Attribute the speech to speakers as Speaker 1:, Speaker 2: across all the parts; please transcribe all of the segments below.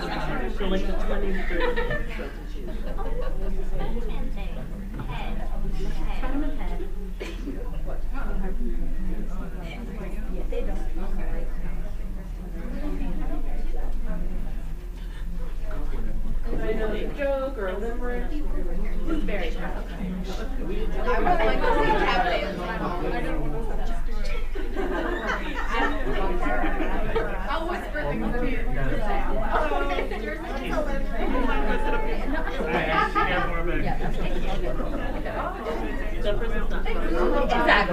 Speaker 1: for like the twenty-third.
Speaker 2: Tournament thing. Head. Head.
Speaker 1: Tournament head. I know the joke or a limerick. It's very tough.
Speaker 3: I would like to see tap dance. I'll whisper things to you. Oh, yours is
Speaker 1: Jeffers is not.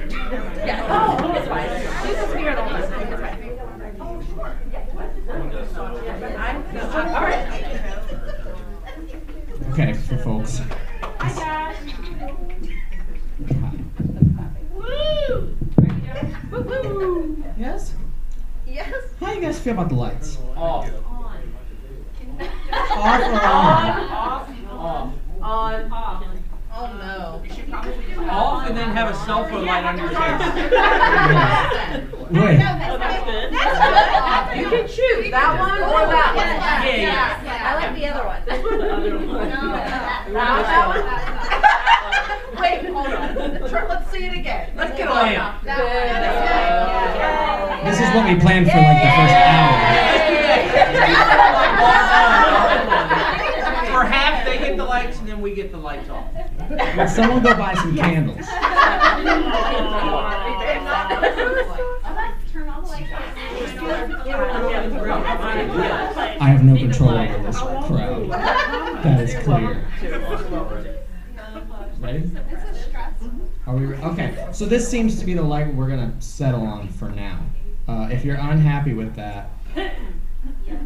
Speaker 3: Oh, it's fine. She's just figured all this out. It's fine. I'm, no, I'm- all right.
Speaker 4: Okay, for folks.
Speaker 3: Hi, Josh. Woo! Woo-hoo!
Speaker 4: Yes?
Speaker 3: Yes.
Speaker 4: How you guys feel about the lights?
Speaker 3: On, off,
Speaker 5: Off.
Speaker 3: on, off. Oh, no.
Speaker 5: Off and then have a cell phone light on your face.
Speaker 4: Wait.
Speaker 1: Oh, that's good.
Speaker 3: That's good. You can choose that one or that one.
Speaker 2: Yeah,
Speaker 5: yeah, yeah.
Speaker 3: I like the other one.
Speaker 1: That's what the other one.
Speaker 2: No, that-
Speaker 3: That one? Wait, hold on. Tr- Let's see it again. Let's get on.
Speaker 5: Bam.
Speaker 3: Good.
Speaker 2: That
Speaker 4: This is what we planned for like the first hour.
Speaker 5: Perhaps they get the lights and then we get the lights off.
Speaker 4: Would someone go buy some candles?
Speaker 2: I'm about to turn all the lights off.
Speaker 4: I have no control over this crowd. That is clear. Ready?
Speaker 2: This is stressful.
Speaker 4: Are we re- okay? So this seems to be the light we're gonna settle on for now. Uh, if you're unhappy with that,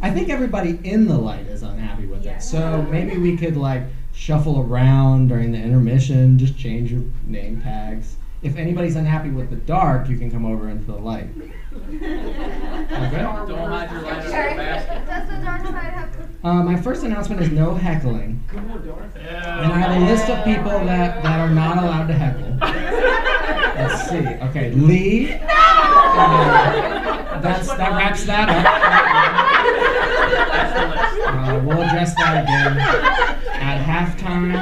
Speaker 4: I think everybody in the light is unhappy with it. So maybe we could like shuffle around during the intermission, just change your name tags. If anybody's unhappy with the dark, you can come over into the light. Okay.
Speaker 5: Don't hide your light under the basket.
Speaker 2: Does the dark side have
Speaker 4: Uh, my first announcement is no heckling. And I have a list of people that, that are not allowed to heckle. Let's see. Okay, Lee. Uh, that's that wraps that up.
Speaker 5: That's the list.
Speaker 4: Uh, we'll address that again at halftime.
Speaker 5: I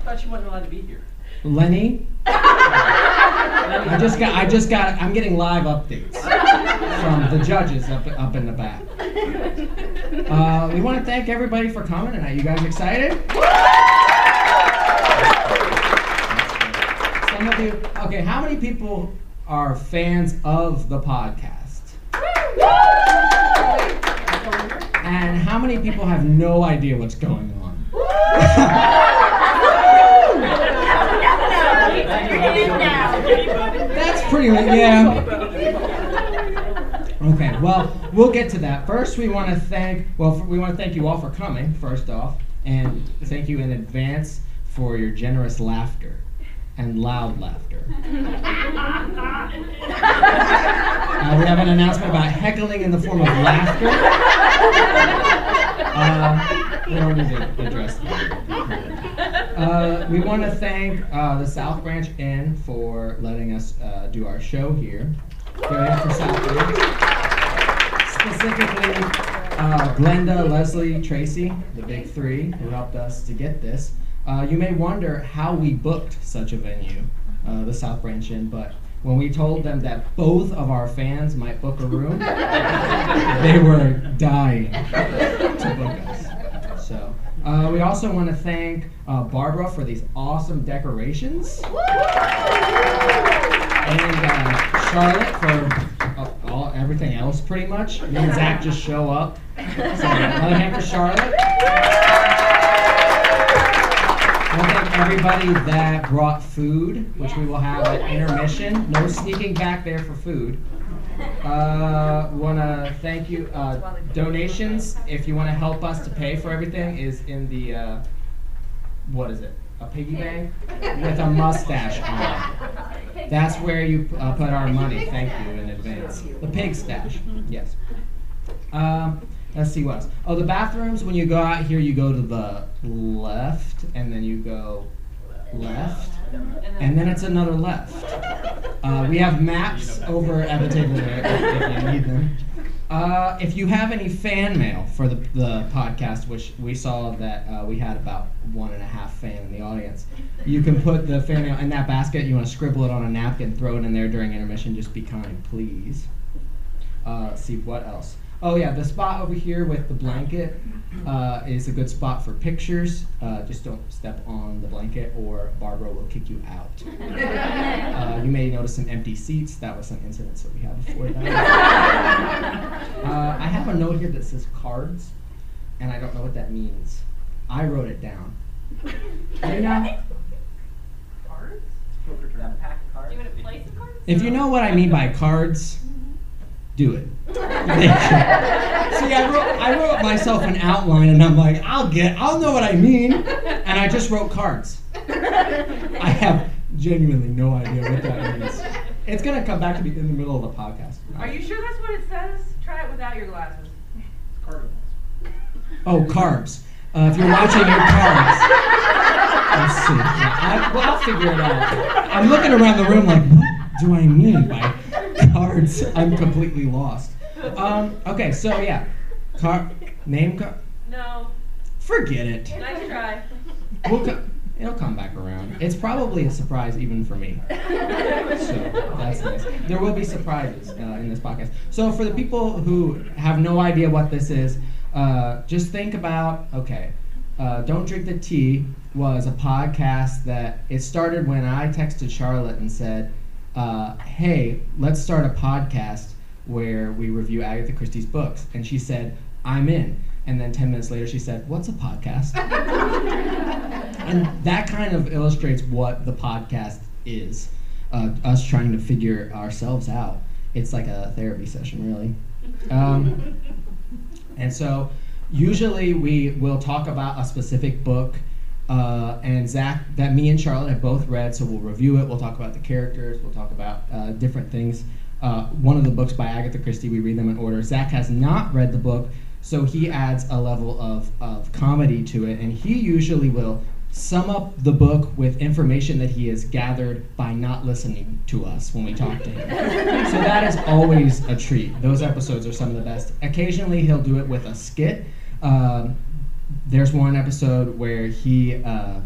Speaker 5: thought you wasn't allowed to be here.
Speaker 4: Lenny. I just got I just got I'm getting live updates from the judges up up in the back. Uh, we want to thank everybody for coming tonight. You guys excited? Some of you, okay, how many people are fans of the podcast? And how many people have no idea what's going on? That's pretty, late, yeah. Okay, well, we'll get to that. First, we want to thank, well, f- we want to thank you all for coming, first off, and thank you in advance for your generous laughter and loud laughter. Uh, we have an announcement about heckling in the form of laughter. Uh, we don't need to address that. Uh, we want to thank uh, the South Branch Inn for letting us uh, do our show here. Give it up for South Branch. Specifically, uh, Glenda, Leslie, Tracy, the big three who helped us to get this. Uh, you may wonder how we booked such a venue, uh, the South Branch Inn, but when we told them that both of our fans might book a room, they were dying to book us. So, uh, we also want to thank uh, Barbara for these awesome decorations. And uh, Charlotte for uh, all, everything else, pretty much. Me and Zach just show up. So, another hand for Charlotte. I want to thank everybody that brought food, which we will have at intermission. No sneaking back there for food. Uh, want to thank you. Uh, donations, if you want to help us to pay for everything, is in the uh, what is it? A piggy bank with a mustache on. it. That's where you uh, put our money. Thank you in advance. The pig stash. Yes. Um, let's see what else. Oh, the bathrooms. When you go out here, you go to the left, and then you go left, and then it's another left. Uh, we have maps over at the table there if you need them. Uh, if you have any fan mail for the, the podcast, which we saw that uh, we had about one and a half fan in the audience, you can put the fan mail in that basket. You want to scribble it on a napkin, throw it in there during intermission. Just be kind, please. Uh, let's see what else. Oh yeah, the spot over here with the blanket uh, is a good spot for pictures. Uh, just don't step on the blanket, or Barbara will kick you out. Uh, you may notice some empty seats. That was an incident that we had before that. uh, I have a note here that says cards, and I don't know what that means. I wrote it down. You know,
Speaker 6: you want to play some cards? Mm-hmm.
Speaker 4: if you know what I mean by cards, do it. See, I wrote, I wrote myself an outline, and I'm like, I'll get, I'll know what I mean, and I just wrote cards. I have genuinely no idea what that means. It's gonna come back to me in the middle of the podcast.
Speaker 5: Are you sure that's what it says? Try it without your glasses.
Speaker 4: Oh, carbs. Uh, if you're watching your carbs. Let's see. I, well, I'll figure it out. I'm looking around the room like, what do I mean by cards? I'm completely lost. Um, okay, so yeah. Car name car
Speaker 5: No.
Speaker 4: forget it.
Speaker 5: Nice try.
Speaker 4: We'll co- it'll come back around. It's probably a surprise even for me. So that's nice. There will be surprises uh, in this podcast. So for the people who have no idea what this is, uh, just think about okay. Uh, Don't drink the tea was a podcast that it started when I texted Charlotte and said, uh, "Hey, let's start a podcast where we review Agatha Christie's books," and she said, "I'm in." And then ten minutes later, she said, "What's a podcast?" and that kind of illustrates what the podcast is uh, us trying to figure ourselves out it's like a therapy session really um, and so usually we will talk about a specific book uh, and Zach, that me and Charlotte have both read, so we'll review it. We'll talk about the characters. We'll talk about uh, different things. Uh, one of the books by Agatha Christie, we read them in order. Zach has not read the book, so he adds a level of, of comedy to it, and he usually will sum up the book with information that he has gathered by not listening to us when we talk to him. so that is always a treat. Those episodes are some of the best. Occasionally, he'll do it with a skit. Um, there's one episode where he uh,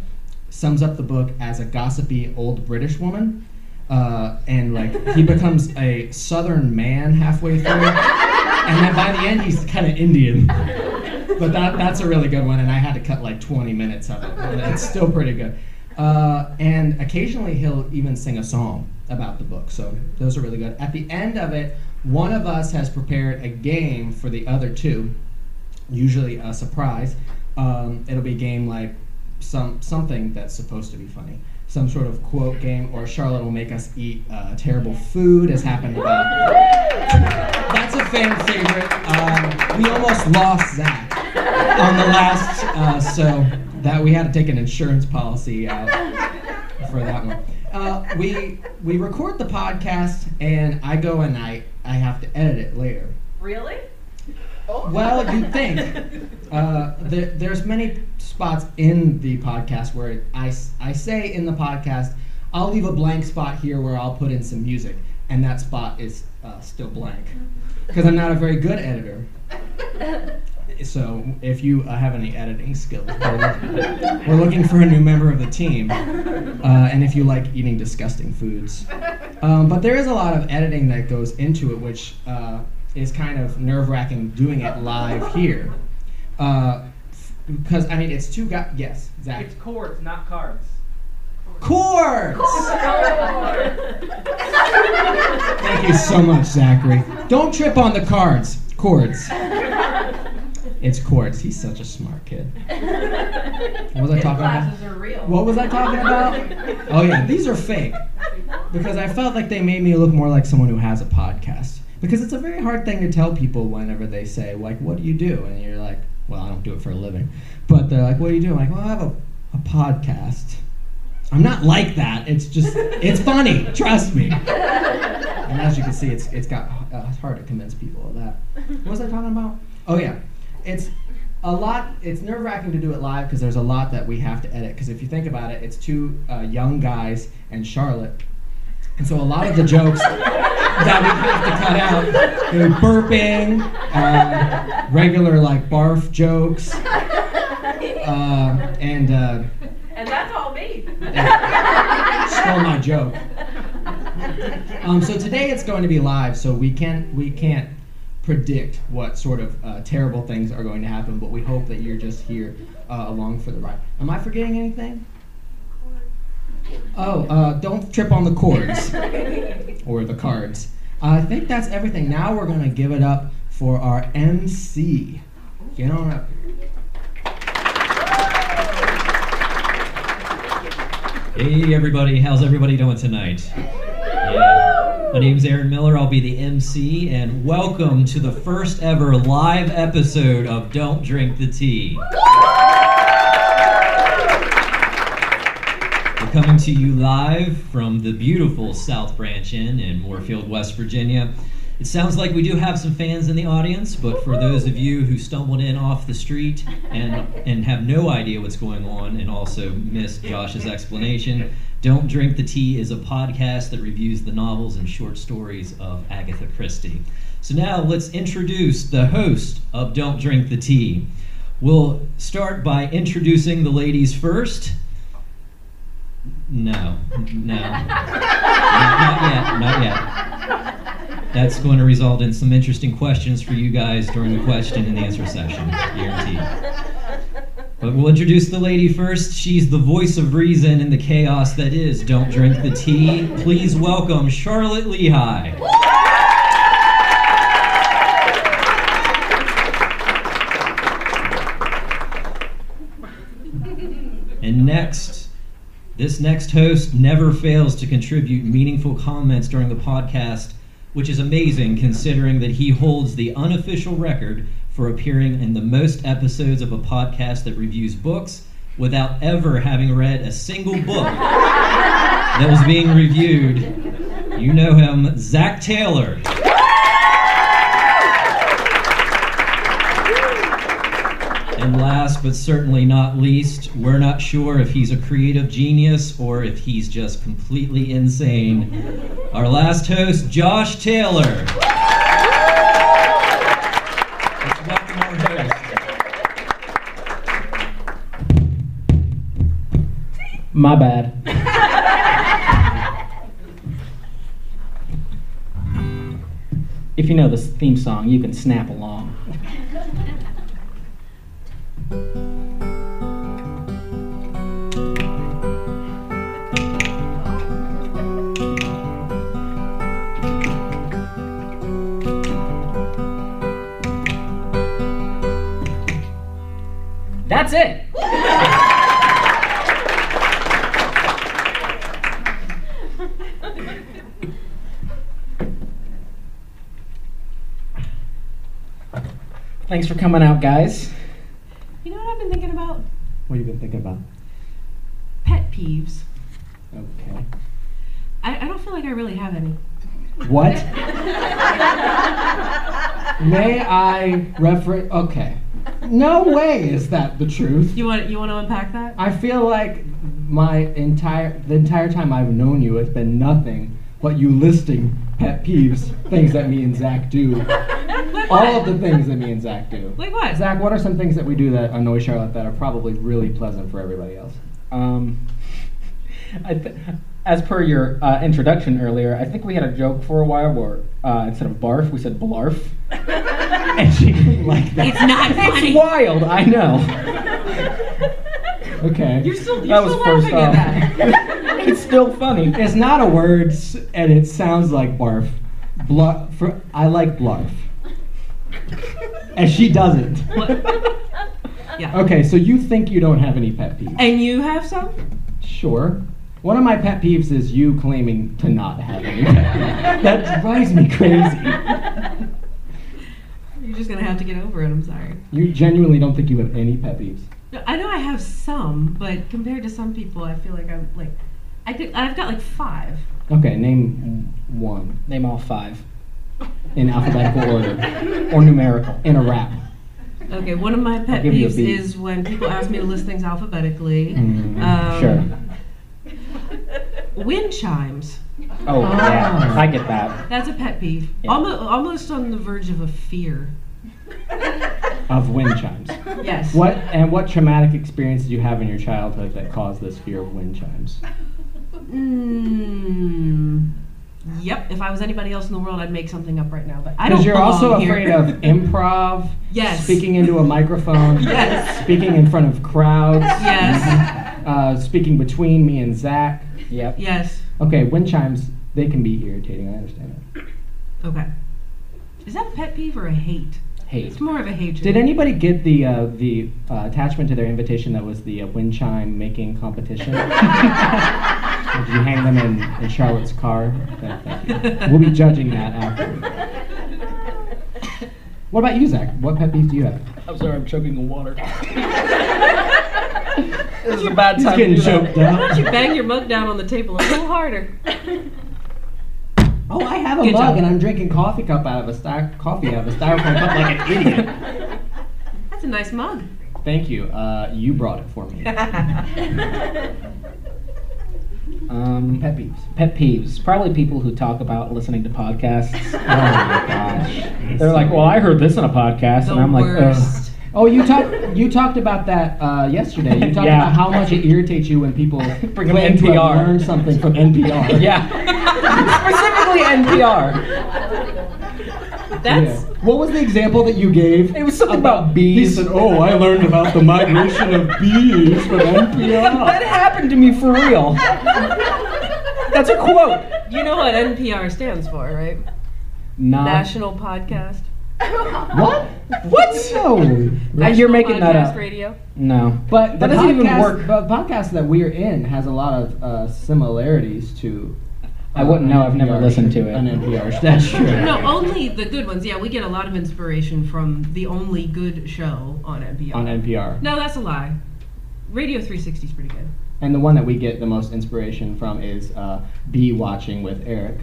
Speaker 4: sums up the book as a gossipy old British woman, uh, and like he becomes a Southern man halfway through, and then by the end he's kind of Indian. But that, that's a really good one, and I had to cut like 20 minutes of it. but It's still pretty good. Uh, and occasionally he'll even sing a song about the book, so those are really good. At the end of it, one of us has prepared a game for the other two usually a surprise. Um, it'll be a game like some something that's supposed to be funny, some sort of quote game, or Charlotte will make us eat uh, terrible food, as happened. About. That's a fan favorite. Um, we almost lost Zach on the last, uh, so that we had to take an insurance policy out for that one. Uh, we we record the podcast, and I go and I I have to edit it later.
Speaker 5: Really?
Speaker 4: Well, you think uh, there, there's many spots in the podcast where I, s- I say in the podcast I'll leave a blank spot here where I'll put in some music, and that spot is uh, still blank because I'm not a very good editor. So if you uh, have any editing skills, we're looking, we're looking for a new member of the team, uh, and if you like eating disgusting foods. Um, but there is a lot of editing that goes into it, which uh, is kind of nerve wracking doing it live here. Uh, Because, I mean, it's two guys. Yes, Zach.
Speaker 7: It's chords, not cards.
Speaker 4: Chords! Thank you so much, Zachary. Don't trip on the cards. Chords. It's chords. He's such a smart kid. What was I talking about?
Speaker 5: Glasses are real.
Speaker 4: What was I talking about? Oh yeah, these are fake. Because I felt like they made me look more like someone who has a podcast. Because it's a very hard thing to tell people whenever they say, like, what do you do? And you're like, well, I don't do it for a living. But they're like, what do you do? I'm like, well, I have a, a podcast. I'm not like that. It's just, it's funny. Trust me. And as you can see, it's, it's got uh, it's hard to convince people of that. What was I talking about? Oh yeah, it's a lot. It's nerve wracking to do it live because there's a lot that we have to edit. Because if you think about it, it's two uh, young guys and Charlotte,
Speaker 3: And so a lot of the jokes that we have to cut out, they were burping, uh,
Speaker 4: um,
Speaker 3: regular like barf jokes, um, and uh,
Speaker 1: And that's all me.
Speaker 3: stole my joke. Um, so today it's going to be live, so we can't we can't predict what sort of uh, terrible things are going to happen, but we hope that you're just here uh, along for the ride. Am I forgetting anything? Oh, uh, don't trip on the cords or the cards. I think that's everything. Now we're gonna give it up for our MC. Get on up.
Speaker 4: Hey everybody, how's everybody doing tonight? Yeah. My name's Aaron Miller, I'll be the MC, and welcome to the first ever live episode of Don't Drink the Tea. We're coming to you live from the beautiful South Branch Inn in Moorfield, West Virginia. It sounds like we do have some fans in the audience, but for those of you who stumbled in off the street and and have no idea what's going on and also missed Josh's explanation, Don't Drink the Tea is a podcast that reviews the novels and short stories of Agatha Christie. So now let's introduce the host of Don't Drink the Tea. We'll start by introducing the ladies first. No, no. not yet, not yet. That's going to result in some interesting questions for you guys during the question and answer session, guaranteed. But we'll introduce the lady first. She's the voice of reason in the chaos that is Don't Drink the Tea. Please welcome Charlotte Lehigh. And next, this next host never fails to contribute meaningful comments during the podcast, which is amazing considering that he holds the unofficial record for appearing in the most episodes of a podcast that reviews books without ever having read a single book that was being reviewed. You know him, Zach Taylor. And last but certainly not least, we're not sure if he's a creative genius or if he's just completely insane. Our last host, Josh Taylor. Let's welcome our host.
Speaker 3: My bad.
Speaker 2: If you know this theme song, you can snap along. That's it. Thanks for coming out, guys.
Speaker 1: You know what I've been thinking about?
Speaker 3: What have you been thinking about?
Speaker 1: Pet peeves.
Speaker 3: Okay.
Speaker 1: I, I don't feel like I really have any.
Speaker 3: What? May I refer? Okay. No way is that the truth.
Speaker 1: You want you want to unpack that?
Speaker 3: I feel like my entire the entire time I've known you, it's been nothing but you listing pet peeves, things that me and Zach do,
Speaker 1: like
Speaker 3: all of the things that me and Zach do.
Speaker 1: Like what?
Speaker 3: Zach, what are some things that we do that annoy Charlotte that are probably really pleasant for everybody else?
Speaker 2: Um, I th- as per your uh, introduction earlier, I think we had a joke for a while where uh, instead of barf, we said blarf. and she didn't like that.
Speaker 8: It's not funny.
Speaker 2: It's wild, I know.
Speaker 3: Okay.
Speaker 1: You're still, you're
Speaker 2: that was
Speaker 1: still
Speaker 2: first
Speaker 1: laughing
Speaker 2: off.
Speaker 1: at that.
Speaker 2: it's still funny.
Speaker 3: It's not a word, s- and it sounds like barf. Blu- for, I like blarf. and she doesn't.
Speaker 1: yeah.
Speaker 3: Okay, so you think you don't have any pet peeves?
Speaker 1: And you have some?
Speaker 3: sure. One of my pet peeves is you claiming to not have any pet peeves. That drives me crazy.
Speaker 1: You're just gonna have to get over it. I'm sorry.
Speaker 3: You genuinely don't think you have any pet peeves.
Speaker 1: No, I know I have some, but compared to some people, I feel like I'm like, I could. I've got like five.
Speaker 3: Okay, name one
Speaker 2: Name all five.
Speaker 3: in alphabetical order
Speaker 2: Or numerical.
Speaker 3: in a rap.
Speaker 1: Okay, one of my pet
Speaker 2: I'll give you a
Speaker 1: peeves
Speaker 2: B.
Speaker 1: is when people ask me to list things
Speaker 2: Mm-hmm.
Speaker 4: Mm-hmm.
Speaker 1: alphabetically.
Speaker 3: Mm,
Speaker 1: Um,
Speaker 3: sure.
Speaker 1: Wind chimes.
Speaker 4: Oh, yeah,
Speaker 9: Oh.
Speaker 4: I get that.
Speaker 1: Ah. That's a pet peeve.
Speaker 4: Yeah.
Speaker 1: Almost, almost on the verge of a fear.
Speaker 4: Of wind chimes.
Speaker 1: Yes.
Speaker 4: What and what traumatic experience did you have in your childhood that caused this fear of wind chimes?
Speaker 1: Mm, yep. If I was anybody else in the world, I'd make something up right now. But I don't.
Speaker 4: Because you're also
Speaker 1: belong here.
Speaker 4: afraid of improv,
Speaker 1: Yes.
Speaker 4: speaking into a microphone,
Speaker 1: Yes.
Speaker 4: speaking in front of crowds,
Speaker 1: Yes.
Speaker 4: uh, speaking between me and Zach. Yep.
Speaker 1: yes.
Speaker 4: Okay, wind chimes, they can be irritating. I understand that.
Speaker 1: Okay. Is that a pet peeve or a hate?
Speaker 4: Hate.
Speaker 1: It's more of a hatred.
Speaker 4: Did anybody get the uh, the uh, attachment to their invitation that was the uh, wind chime making competition? Did you hang them in, in Charlotte's car? Okay, thank you. We'll be judging that after. What about you, Zach? What pet peeves do you have?
Speaker 10: I'm sorry, I'm choking on water. this is a bad
Speaker 4: He's
Speaker 10: time.
Speaker 4: getting
Speaker 10: to do that.
Speaker 4: choked up.
Speaker 1: Why don't you bang your mug down on the table a little harder?
Speaker 4: Oh, I have a
Speaker 1: Good
Speaker 4: mug
Speaker 1: job.
Speaker 4: and I'm drinking coffee cup out of a styro- coffee out of a styrofoam cup like an idiot.
Speaker 1: That's a nice mug.
Speaker 4: Thank you. Uh, you brought it for me.
Speaker 10: Oh,
Speaker 4: Um,
Speaker 2: Pet peeves.
Speaker 4: Pet peeves. Probably people who talk about listening to podcasts. oh my gosh. They're like, well, I heard this on a podcast,
Speaker 1: The
Speaker 4: and I'm like,
Speaker 1: worst.
Speaker 4: Ugh. oh, you talked you talked about that uh, yesterday. You talked
Speaker 10: Yeah.
Speaker 4: about how much it irritates you when people
Speaker 10: Bring up
Speaker 4: claim to have
Speaker 10: NPR.
Speaker 4: learned something from NPR.
Speaker 10: Yeah. Specifically NPR.
Speaker 1: That's
Speaker 4: Yeah. What was the example that you gave?
Speaker 10: It was something about
Speaker 4: He
Speaker 10: bees.
Speaker 4: said, "Oh, I learned about the migration of bees from
Speaker 10: that
Speaker 4: NPR."
Speaker 10: happened to me for real. That's a quote.
Speaker 1: you know what NPR stands for, right?
Speaker 4: Uh-huh. Nah.
Speaker 1: National Podcast.
Speaker 4: What? What? No.
Speaker 10: Uh, You're making
Speaker 1: Podcast
Speaker 10: that up.
Speaker 1: Radio.
Speaker 4: No. But
Speaker 10: That
Speaker 4: the
Speaker 10: doesn't even
Speaker 4: podcast-
Speaker 10: work.
Speaker 4: The podcast that we're in has a lot of uh, similarities to. uh,
Speaker 2: I wouldn't know, I've never
Speaker 4: NPR
Speaker 2: listened to it.
Speaker 4: An NPR. That's true.
Speaker 1: No, only the good ones. Yeah, we get a lot of inspiration from the only good show on NPR.
Speaker 4: on NPR.
Speaker 1: No, that's a lie. Radio 360 is pretty good.
Speaker 4: And the one that we get the most inspiration from is uh, Bee Watching with Eric.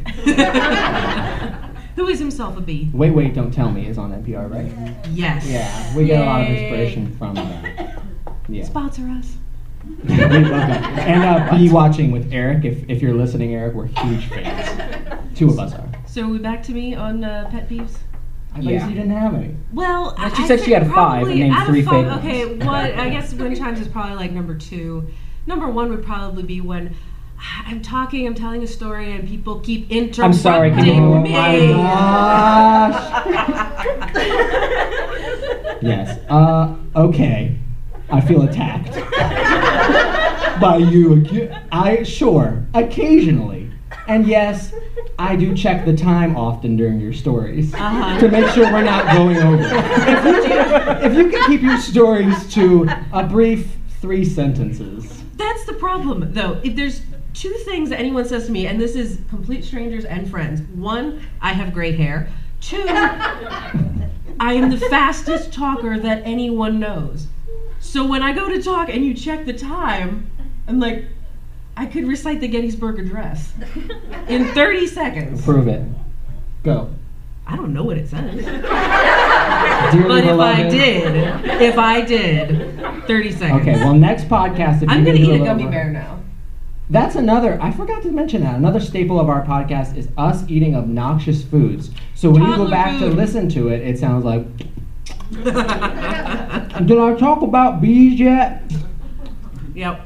Speaker 1: Who is himself a bee?
Speaker 4: Wait, wait, don't tell me is on NPR, right?
Speaker 1: Yes.
Speaker 4: Yeah, we get a lot of
Speaker 1: Yay.
Speaker 4: inspiration from that. Yeah.
Speaker 1: Sponsor us.
Speaker 4: we love that. And uh, Bee Watching with Eric. If, if you're listening, Eric, we're huge fans. Two of us are.
Speaker 1: So are we back to me on uh, pet peeves?
Speaker 4: I thought you
Speaker 10: Yeah.
Speaker 4: said you didn't have any.
Speaker 1: Well,
Speaker 10: No,
Speaker 1: I-
Speaker 10: she
Speaker 1: I
Speaker 10: said she
Speaker 1: think
Speaker 10: had five
Speaker 1: probably
Speaker 10: and named
Speaker 1: out of
Speaker 10: three
Speaker 1: five-
Speaker 10: fake ones.
Speaker 1: Okay, what I guess wind chimes is probably like number two. Number one would probably be when I'm talking, I'm telling a story, and people keep interrupting
Speaker 10: I'm sorry, can you-
Speaker 4: Oh
Speaker 1: me.
Speaker 4: my Yes. Uh, okay. I feel attacked by you. acu- I sure occasionally, and yes, I do check the time often during your stories
Speaker 1: Uh-huh.
Speaker 4: to make sure we're not going over. If you, if you can keep your stories to a brief three sentences,
Speaker 1: That's the problem, though. If there's two things that anyone says to me, and this is complete strangers and friends. One, I have great hair. Two, I am the fastest talker that anyone knows. So when I go to talk and you check the time, I'm like, I could recite the Gettysburg Address in 30 seconds.
Speaker 4: prove it. Go.
Speaker 1: I don't know what it says,
Speaker 4: Dearly
Speaker 1: but if I
Speaker 4: beloved-
Speaker 1: did, if I did, 30 seconds.
Speaker 4: Okay. Well, next podcast. If
Speaker 1: I'm gonna
Speaker 4: you can do
Speaker 1: eat a
Speaker 4: little
Speaker 1: gummy
Speaker 4: more-
Speaker 1: bear now.
Speaker 4: That's another. I forgot to mention that another staple of our podcast is us eating obnoxious foods. So when you
Speaker 1: Toddler
Speaker 4: go back to
Speaker 1: food.
Speaker 4: listen to it, it sounds like. Did I talk about bees yet?
Speaker 1: yep.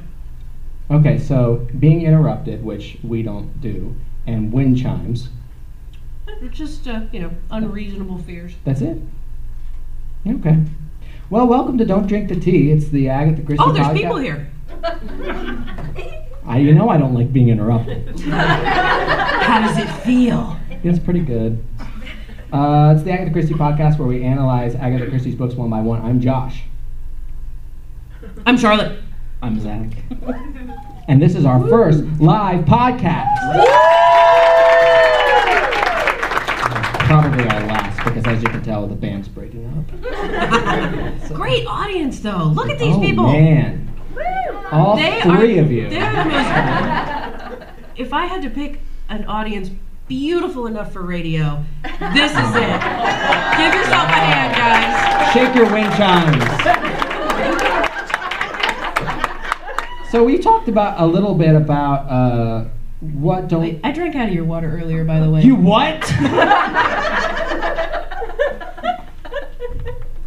Speaker 4: Okay, so being interrupted, which we don't do, and wind chimes.
Speaker 1: Just uh, you know, unreasonable fears.
Speaker 4: That's it. Okay. Well, welcome to Don't Drink the Tea. It's the Agatha Christie.
Speaker 1: Oh, there's
Speaker 4: podcast.
Speaker 1: people here.
Speaker 4: I, you know, I don't like being interrupted.
Speaker 1: How does it feel?
Speaker 4: It's pretty good. Uh, it's the Agatha Christie podcast where we analyze Agatha Christie's books one by one. I'm Josh.
Speaker 1: I'm Charlotte.
Speaker 4: I'm Zach. and this is our first live podcast. Probably our last, because as you can tell, the band's breaking up.
Speaker 1: Great audience, though. Look at these
Speaker 4: oh,
Speaker 1: people.
Speaker 4: man. All
Speaker 1: They
Speaker 4: three
Speaker 1: are,
Speaker 4: of you.
Speaker 1: They're the most. if I had to pick an audience beautiful enough for radio, this is it. Give yourself a hand, guys.
Speaker 4: Shake your wind chimes. So we talked about a little bit about uh, What
Speaker 1: I,
Speaker 4: don't
Speaker 1: I drank out of your water earlier, by the way.
Speaker 4: you what?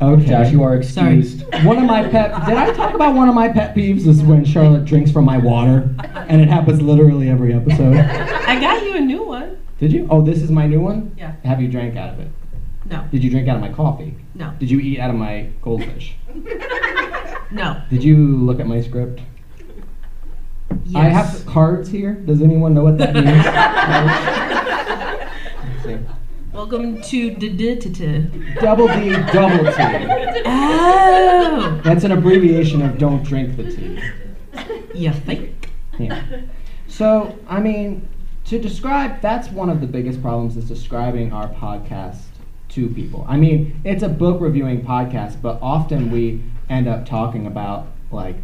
Speaker 4: Okay.
Speaker 2: Josh, you are excused.
Speaker 4: One of my pet. Did I talk about one of my pet peeves? Is when Charlotte drinks from my water, and it happens literally every episode.
Speaker 1: I got you a new one.
Speaker 4: Did you? Oh, this is my new one.
Speaker 1: Yeah.
Speaker 4: Have you drank out of it?
Speaker 1: No,
Speaker 4: Did you drink out of my coffee?
Speaker 1: no,
Speaker 4: Did you eat out of my goldfish?
Speaker 1: no.
Speaker 4: Did you look at my script?
Speaker 1: Yes.
Speaker 4: I have cards here. Does anyone know what that means? Let's see.
Speaker 1: Welcome to d d t t.
Speaker 4: Double D, double T.
Speaker 1: Oh,
Speaker 4: That's an abbreviation of don't drink the tea.
Speaker 1: you think?
Speaker 4: Yeah. So, I mean, to describe, that's one of the biggest problems is describing our podcast to people. I mean, it's a book reviewing podcast, but often we end up talking about, like,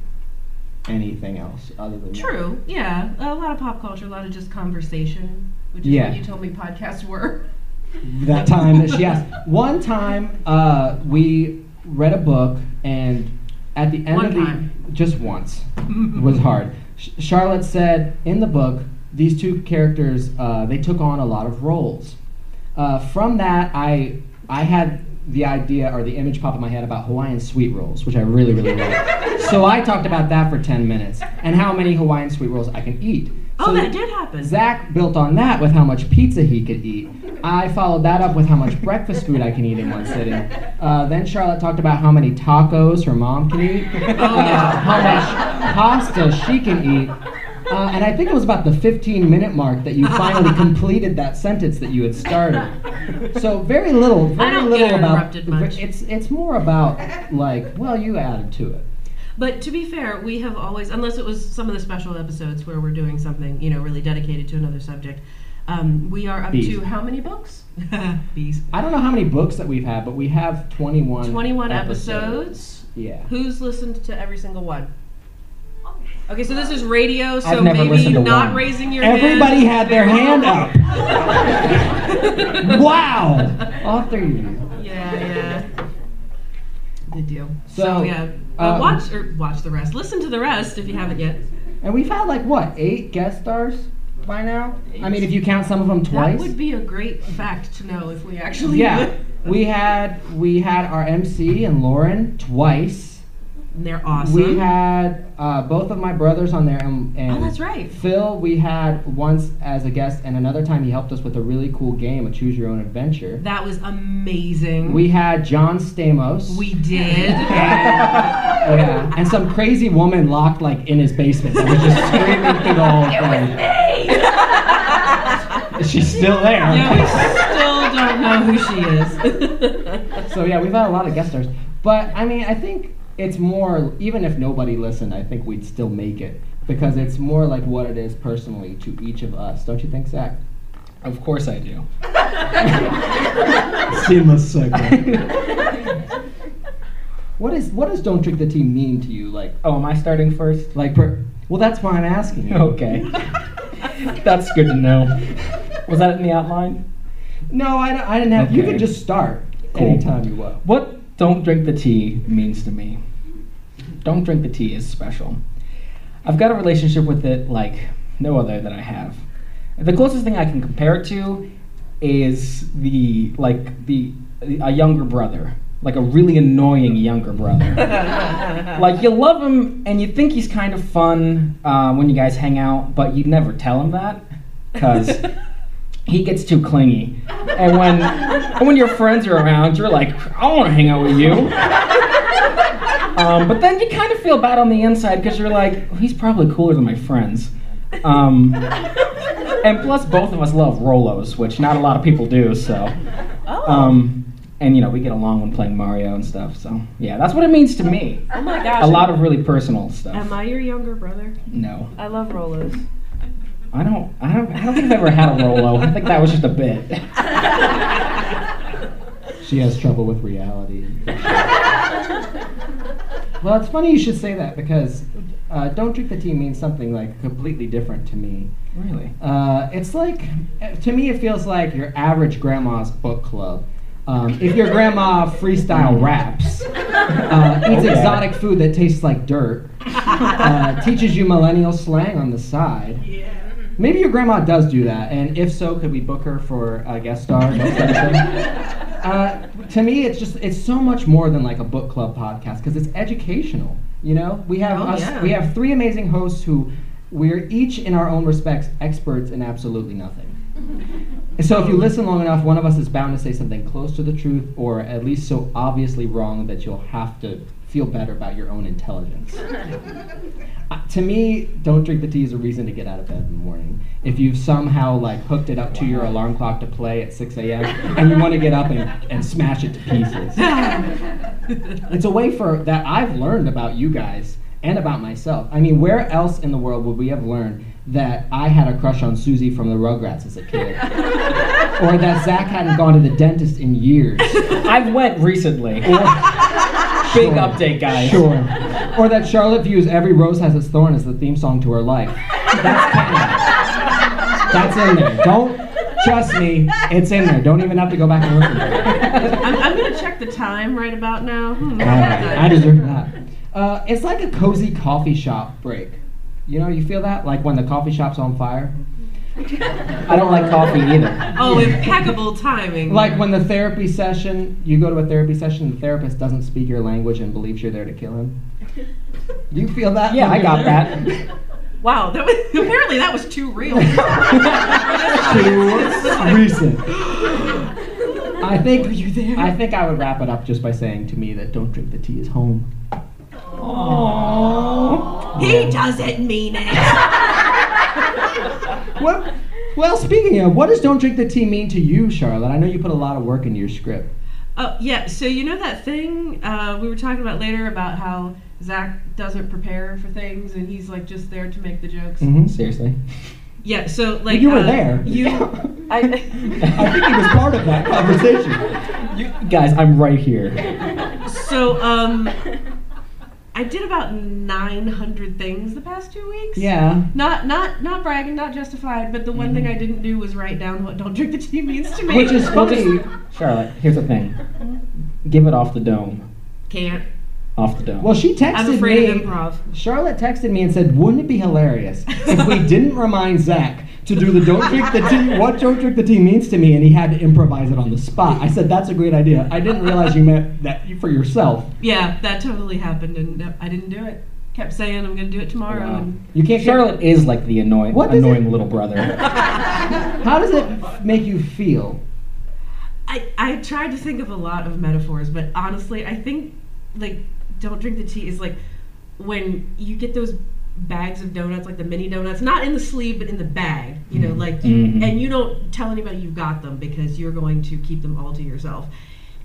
Speaker 4: anything else other than that.
Speaker 1: True. Yeah, a lot of pop culture, a lot of just conversation, which is
Speaker 4: Yeah.
Speaker 1: what you told me podcasts were.
Speaker 4: that time that she asked. One time, uh, we read a book, and at the end
Speaker 1: One
Speaker 4: of the
Speaker 1: time.
Speaker 4: just once it was hard. Sh- Charlotte said in the book, these two characters uh, they took on a lot of roles. Uh, from that, I I had the idea or the image pop in my head about Hawaiian sweet rolls, which I really really like. so I talked about that for ten minutes and how many Hawaiian sweet rolls I can eat.
Speaker 1: Oh,
Speaker 4: So-
Speaker 1: that did happen.
Speaker 4: Zach built on that with how much pizza he could eat. I followed that up with how much breakfast food I can eat in one sitting. Uh, then Charlotte talked about how many tacos her mom can eat,
Speaker 1: Oh,
Speaker 4: uh, how much pasta she can eat. Uh, and I think it was about the 15 minute mark that you finally completed that sentence that you had started. So very little, very
Speaker 1: don't
Speaker 4: little
Speaker 1: get
Speaker 4: about.
Speaker 1: interrupted much.
Speaker 4: It's it's more about like, well, you added to it.
Speaker 1: But to be fair, we have always, unless it was some of the special episodes where we're doing something, you know, really dedicated to another subject, um, we are up
Speaker 4: Bees.
Speaker 1: to how many books? Bees.
Speaker 4: I don't know how many books that we've had, but we have 21.
Speaker 1: 21 episodes.
Speaker 4: Yeah.
Speaker 1: Who's listened to every single one? Okay, so this is radio, so
Speaker 4: I've never
Speaker 1: maybe
Speaker 4: listened to
Speaker 1: not
Speaker 4: one.
Speaker 1: raising your
Speaker 4: Everybody
Speaker 1: hand.
Speaker 4: had their hand up.
Speaker 1: up.
Speaker 4: wow. All three of you.
Speaker 1: Yeah, yeah. Good deal. So,
Speaker 4: So,
Speaker 1: yeah, uh,
Speaker 4: um,
Speaker 1: watch or watch the rest. Listen to the rest if you haven't yet.
Speaker 4: And we've had like what eight guest stars by now. I mean, if you count some of them twice.
Speaker 1: That would be a great fact to know if we actually
Speaker 4: yeah, we had we had our MC and Lauren twice.
Speaker 1: And they're awesome.
Speaker 4: We had uh, both of my brothers on there, and, and
Speaker 1: Oh, that's right.
Speaker 4: Phil, we had once as a guest, and another time he helped us with a really cool game, a choose your own adventure.
Speaker 1: That was amazing.
Speaker 4: we had John Stamos.
Speaker 1: we did.
Speaker 4: Yeah, and some crazy woman locked like in his basement and was just screaming through the whole thing. She's still there.
Speaker 1: yeah, we still don't know who she is.
Speaker 4: so yeah, we've had a lot of guest stars, but I mean, I think it's more. Even if nobody listened, I think we'd still make it because it's more like what it is personally to each of us. Don't you think, Zach? Of course I do.
Speaker 10: Seamless segue.
Speaker 4: What is what does don't drink the tea mean to you? Like, oh, am I starting first? Like, per- well, that's why I'm asking. You.
Speaker 10: okay. That's good to know. Was that in the outline?
Speaker 4: No, I, don't- I didn't have. You
Speaker 10: Okay.
Speaker 4: could just start
Speaker 10: Cool.
Speaker 4: anytime you want.
Speaker 10: What don't drink the tea means to me. Don't drink the tea is special. I've got a relationship with it like no other that I have. The closest thing I can compare it to is the like the a younger brother, like a really annoying younger brother. like you love him and you think he's kind of fun uh, when you guys hang out, but you never tell him that because he gets too clingy. And when and when your friends are around, you're like, I want to hang out with you. Um, but then you kind of feel bad on the inside because you're like, he's probably cooler than my friends. Um, and plus, both of us love Rolos, which not a lot of people do. So,
Speaker 1: oh,
Speaker 10: um, and you know, we get along when playing Mario and stuff. So, yeah, that's what it means to me.
Speaker 1: oh my gosh.
Speaker 10: A lot of really personal stuff.
Speaker 1: Am I your younger brother?
Speaker 10: No,
Speaker 1: I love Rolos.
Speaker 10: I don't. I don't. I don't think I've ever had a Rolo. I think that was just a bit.
Speaker 4: She has trouble with reality. well, it's funny you should say that because uh, don't drink the tea means something like completely different to me.
Speaker 10: Really.
Speaker 4: Uh, it's like, eh, to me, it feels like your average grandma's book club. Um, if your grandma freestyle raps, uh, eats
Speaker 10: Okay.
Speaker 4: exotic food that tastes like dirt, uh, teaches you millennial slang on the side,
Speaker 11: Yeah.
Speaker 4: Maybe your grandma does do that, and if so, could we book her for a guest star next episode? Uh, to me, it's just it's so much more than like a book club podcast because it's educational. You know, we have
Speaker 1: Oh,
Speaker 4: us,
Speaker 1: yeah.
Speaker 4: we have three amazing hosts who we're each in our own respects experts in absolutely nothing. And so if you listen long enough, one of us is bound to say something close to the truth or at least so obviously wrong that you'll have to feel better about your own intelligence. Uh, to me, don't drink the tea is a reason to get out of bed in the morning. If you've somehow like hooked it up to your alarm clock to play at 6 a.m. and you want to get up and, and smash it to pieces. It's a way for that I've learned about you guys and about myself. I mean, where else in the world would we have learned that I had a crush on Susie from the Rugrats as a kid? or that Zach hadn't gone to the dentist in years.
Speaker 10: I've went recently. Big
Speaker 4: Sure.
Speaker 10: update, guys.
Speaker 4: Sure. Or that Charlotte views Every Rose Has Its Thorn as the theme song to her life. That's canon. That's in there. Don't trust me. It's in there. Don't even have to go back and listen to it.
Speaker 1: I'm, I'm gonna check the time right about now. Hmm.
Speaker 4: All right, Uh, I deserve that. Uh, it's like a cozy coffee shop break. You know, you feel that? Like when the coffee shop's on fire? I don't like coffee either.
Speaker 1: Oh, impeccable timing.
Speaker 4: Like when the therapy session, you go to a therapy session, the therapist doesn't speak your language and believes you're there to kill him. Do you feel that?
Speaker 10: Yeah,
Speaker 4: when
Speaker 10: I
Speaker 4: you're
Speaker 10: got
Speaker 4: there?
Speaker 10: that.
Speaker 1: Wow, that was, apparently that was too real.
Speaker 4: Too recent. I think
Speaker 1: Were you there?
Speaker 4: I think I would wrap it up just by saying to me that don't drink the tea is home.
Speaker 1: he doesn't mean it.
Speaker 4: Well, well, speaking of, what does don't drink the tea mean to you, Charlotte? I know you put a lot of work into your script.
Speaker 1: Oh yeah, so you know that thing uh, we were talking about later about how Zach doesn't prepare for things and he's like just there to make the jokes.
Speaker 10: Seriously.
Speaker 1: Yeah, so Mm-hmm. like
Speaker 4: Mm-hmm. you were
Speaker 1: uh,
Speaker 4: there.
Speaker 1: You,
Speaker 4: I,
Speaker 1: I
Speaker 4: think he was part of that conversation.
Speaker 10: You, guys, I'm right here.
Speaker 1: so um, I did about nine hundred things the past two weeks.
Speaker 4: Yeah. Mm-hmm.
Speaker 1: Not not not bragging, not justified, but the one thing I didn't do was write down what "Don't drink the tea" means to me.
Speaker 4: Which is funny.
Speaker 10: Charlotte, here's the thing. Give it off the dome.
Speaker 1: can't.
Speaker 10: Off the dome.
Speaker 4: Well, she texted
Speaker 1: I'm afraid
Speaker 4: me.
Speaker 1: of improv.
Speaker 4: Charlotte texted me and said, "Wouldn't it be hilarious if we didn't remind Zach to do the don't drink the tea? What don't drink the tea means to me?" And he had to improvise it on the spot. I said, "That's a great idea." I didn't realize you meant that you- for yourself.
Speaker 1: Yeah, that totally happened, and uh, I didn't do it. Kept saying I'm gonna do it tomorrow.
Speaker 10: Wow.
Speaker 1: And
Speaker 4: Um, You can't.
Speaker 10: Charlotte is like the annoying,
Speaker 4: What does
Speaker 10: annoying
Speaker 4: it-
Speaker 10: little brother.
Speaker 4: How does it make you feel?
Speaker 1: I I tried to think of a lot of metaphors, but honestly, I think like "Don't drink the tea" is like when you get those bags of donuts, like the mini donuts, not in the sleeve but in the bag. You know, like you,
Speaker 10: Mhm.
Speaker 1: and you don't tell anybody you got them because you're going to keep them all to yourself.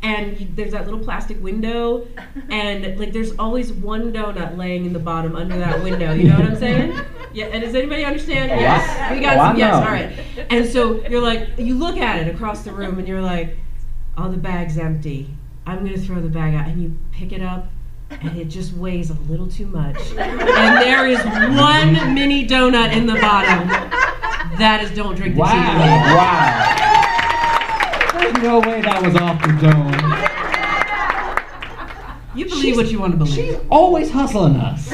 Speaker 1: And you, there's that little plastic window, and like there's always one donut laying in the bottom under that window. You know what I'm saying? Yeah. And does anybody understand? Yes. We got
Speaker 10: Oh, I
Speaker 1: some. Yes.
Speaker 10: know.
Speaker 1: All right. And so you're like, you look at it across the room, and you're like, oh, the bag's empty. I'm gonna throw the bag out, and you pick it up, and it just weighs a little too much. And there is one mini donut in the bottom. That is don't drink the tea. donut.
Speaker 4: Wow. There's no way that was off the dome.
Speaker 1: You believe what you want to believe.
Speaker 4: She's always hustling us.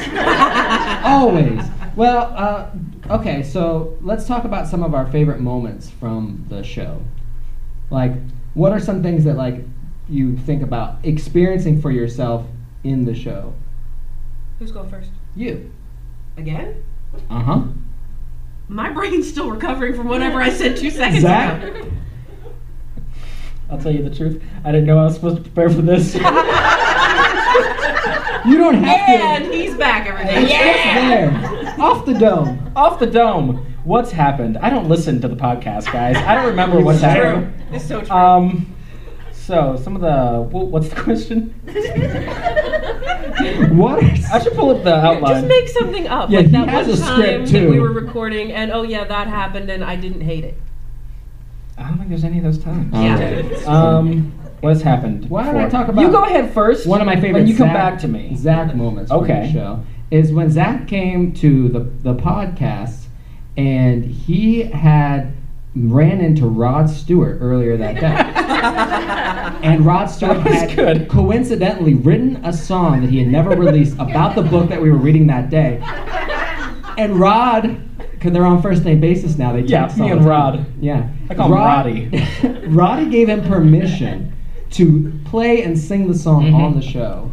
Speaker 4: always. Well, uh, okay, so let's talk about some of our favorite moments from the show. Like, what are some things that like you think about experiencing for yourself in the show?
Speaker 1: Who's going first?
Speaker 4: You.
Speaker 1: Again?
Speaker 4: Uh huh.
Speaker 1: My brain's still recovering from whatever I said two seconds
Speaker 4: Zach?
Speaker 1: ago.
Speaker 10: I'll tell you the truth. I didn't know I was supposed to prepare for this.
Speaker 4: You don't have
Speaker 1: And
Speaker 4: to.
Speaker 1: he's back,
Speaker 4: It's
Speaker 1: everything.
Speaker 4: just there. Off the dome.
Speaker 10: Off the dome. What's happened? I don't listen to the podcast, guys. I don't remember what's
Speaker 4: True.
Speaker 10: happened.
Speaker 1: It's so true.
Speaker 10: Um, so some of the wh- what's the question?
Speaker 4: What?
Speaker 10: I should pull up the outline.
Speaker 1: Just make something up.
Speaker 4: Yeah,
Speaker 1: like
Speaker 4: he
Speaker 1: that
Speaker 4: has
Speaker 1: one
Speaker 4: a
Speaker 1: time
Speaker 4: script,
Speaker 1: that we
Speaker 4: too.
Speaker 1: were recording, and oh yeah, that happened, and I didn't hate it.
Speaker 10: I don't think there's any of those times.
Speaker 1: Yeah.
Speaker 10: Um, what's happened?
Speaker 4: Why don't I
Speaker 10: before?
Speaker 4: talk about-
Speaker 10: You go ahead first.
Speaker 4: One of my favorite.
Speaker 10: And you come
Speaker 4: Zach-
Speaker 10: back to me.
Speaker 4: Zach moments from
Speaker 10: Okay.
Speaker 4: the show is when Zach came to the the podcast and he had ran into Rod Stewart earlier that day. and Rod Stewart
Speaker 10: That was
Speaker 4: had
Speaker 10: good.
Speaker 4: coincidentally written a song that he had never released about the book that we were reading that day. And Rod because they're on first name basis now. They
Speaker 10: Yeah,
Speaker 4: text
Speaker 10: me
Speaker 4: all the
Speaker 10: and
Speaker 4: time.
Speaker 10: Rod.
Speaker 4: Yeah,
Speaker 10: I call him Roddy.
Speaker 4: Roddy. Roddy gave him permission to play and sing the song
Speaker 10: Mhm.
Speaker 4: on the show.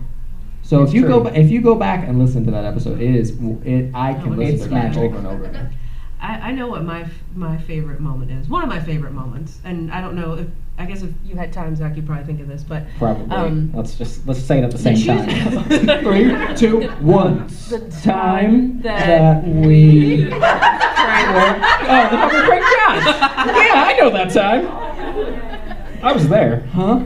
Speaker 4: So
Speaker 10: It's
Speaker 4: if you go
Speaker 10: true.
Speaker 4: ba- if you go back and listen to that episode, it is it I can
Speaker 1: Oh,
Speaker 4: listen
Speaker 1: it's
Speaker 4: to that
Speaker 10: magic.
Speaker 4: over and over again.
Speaker 1: I, I know what my f- my favorite moment is. One of my favorite moments, and I don't know if I guess if you had time, Zach, you'd probably think of this, but
Speaker 10: Probably.
Speaker 1: Um,
Speaker 10: let's just let's say it at the same
Speaker 1: choose-
Speaker 10: time.
Speaker 4: Three, two, one.
Speaker 1: The
Speaker 4: Time
Speaker 1: that-
Speaker 4: that we.
Speaker 10: oh, the Humphrey Crank Josh. Yeah, I know that time. I was there.
Speaker 4: Huh?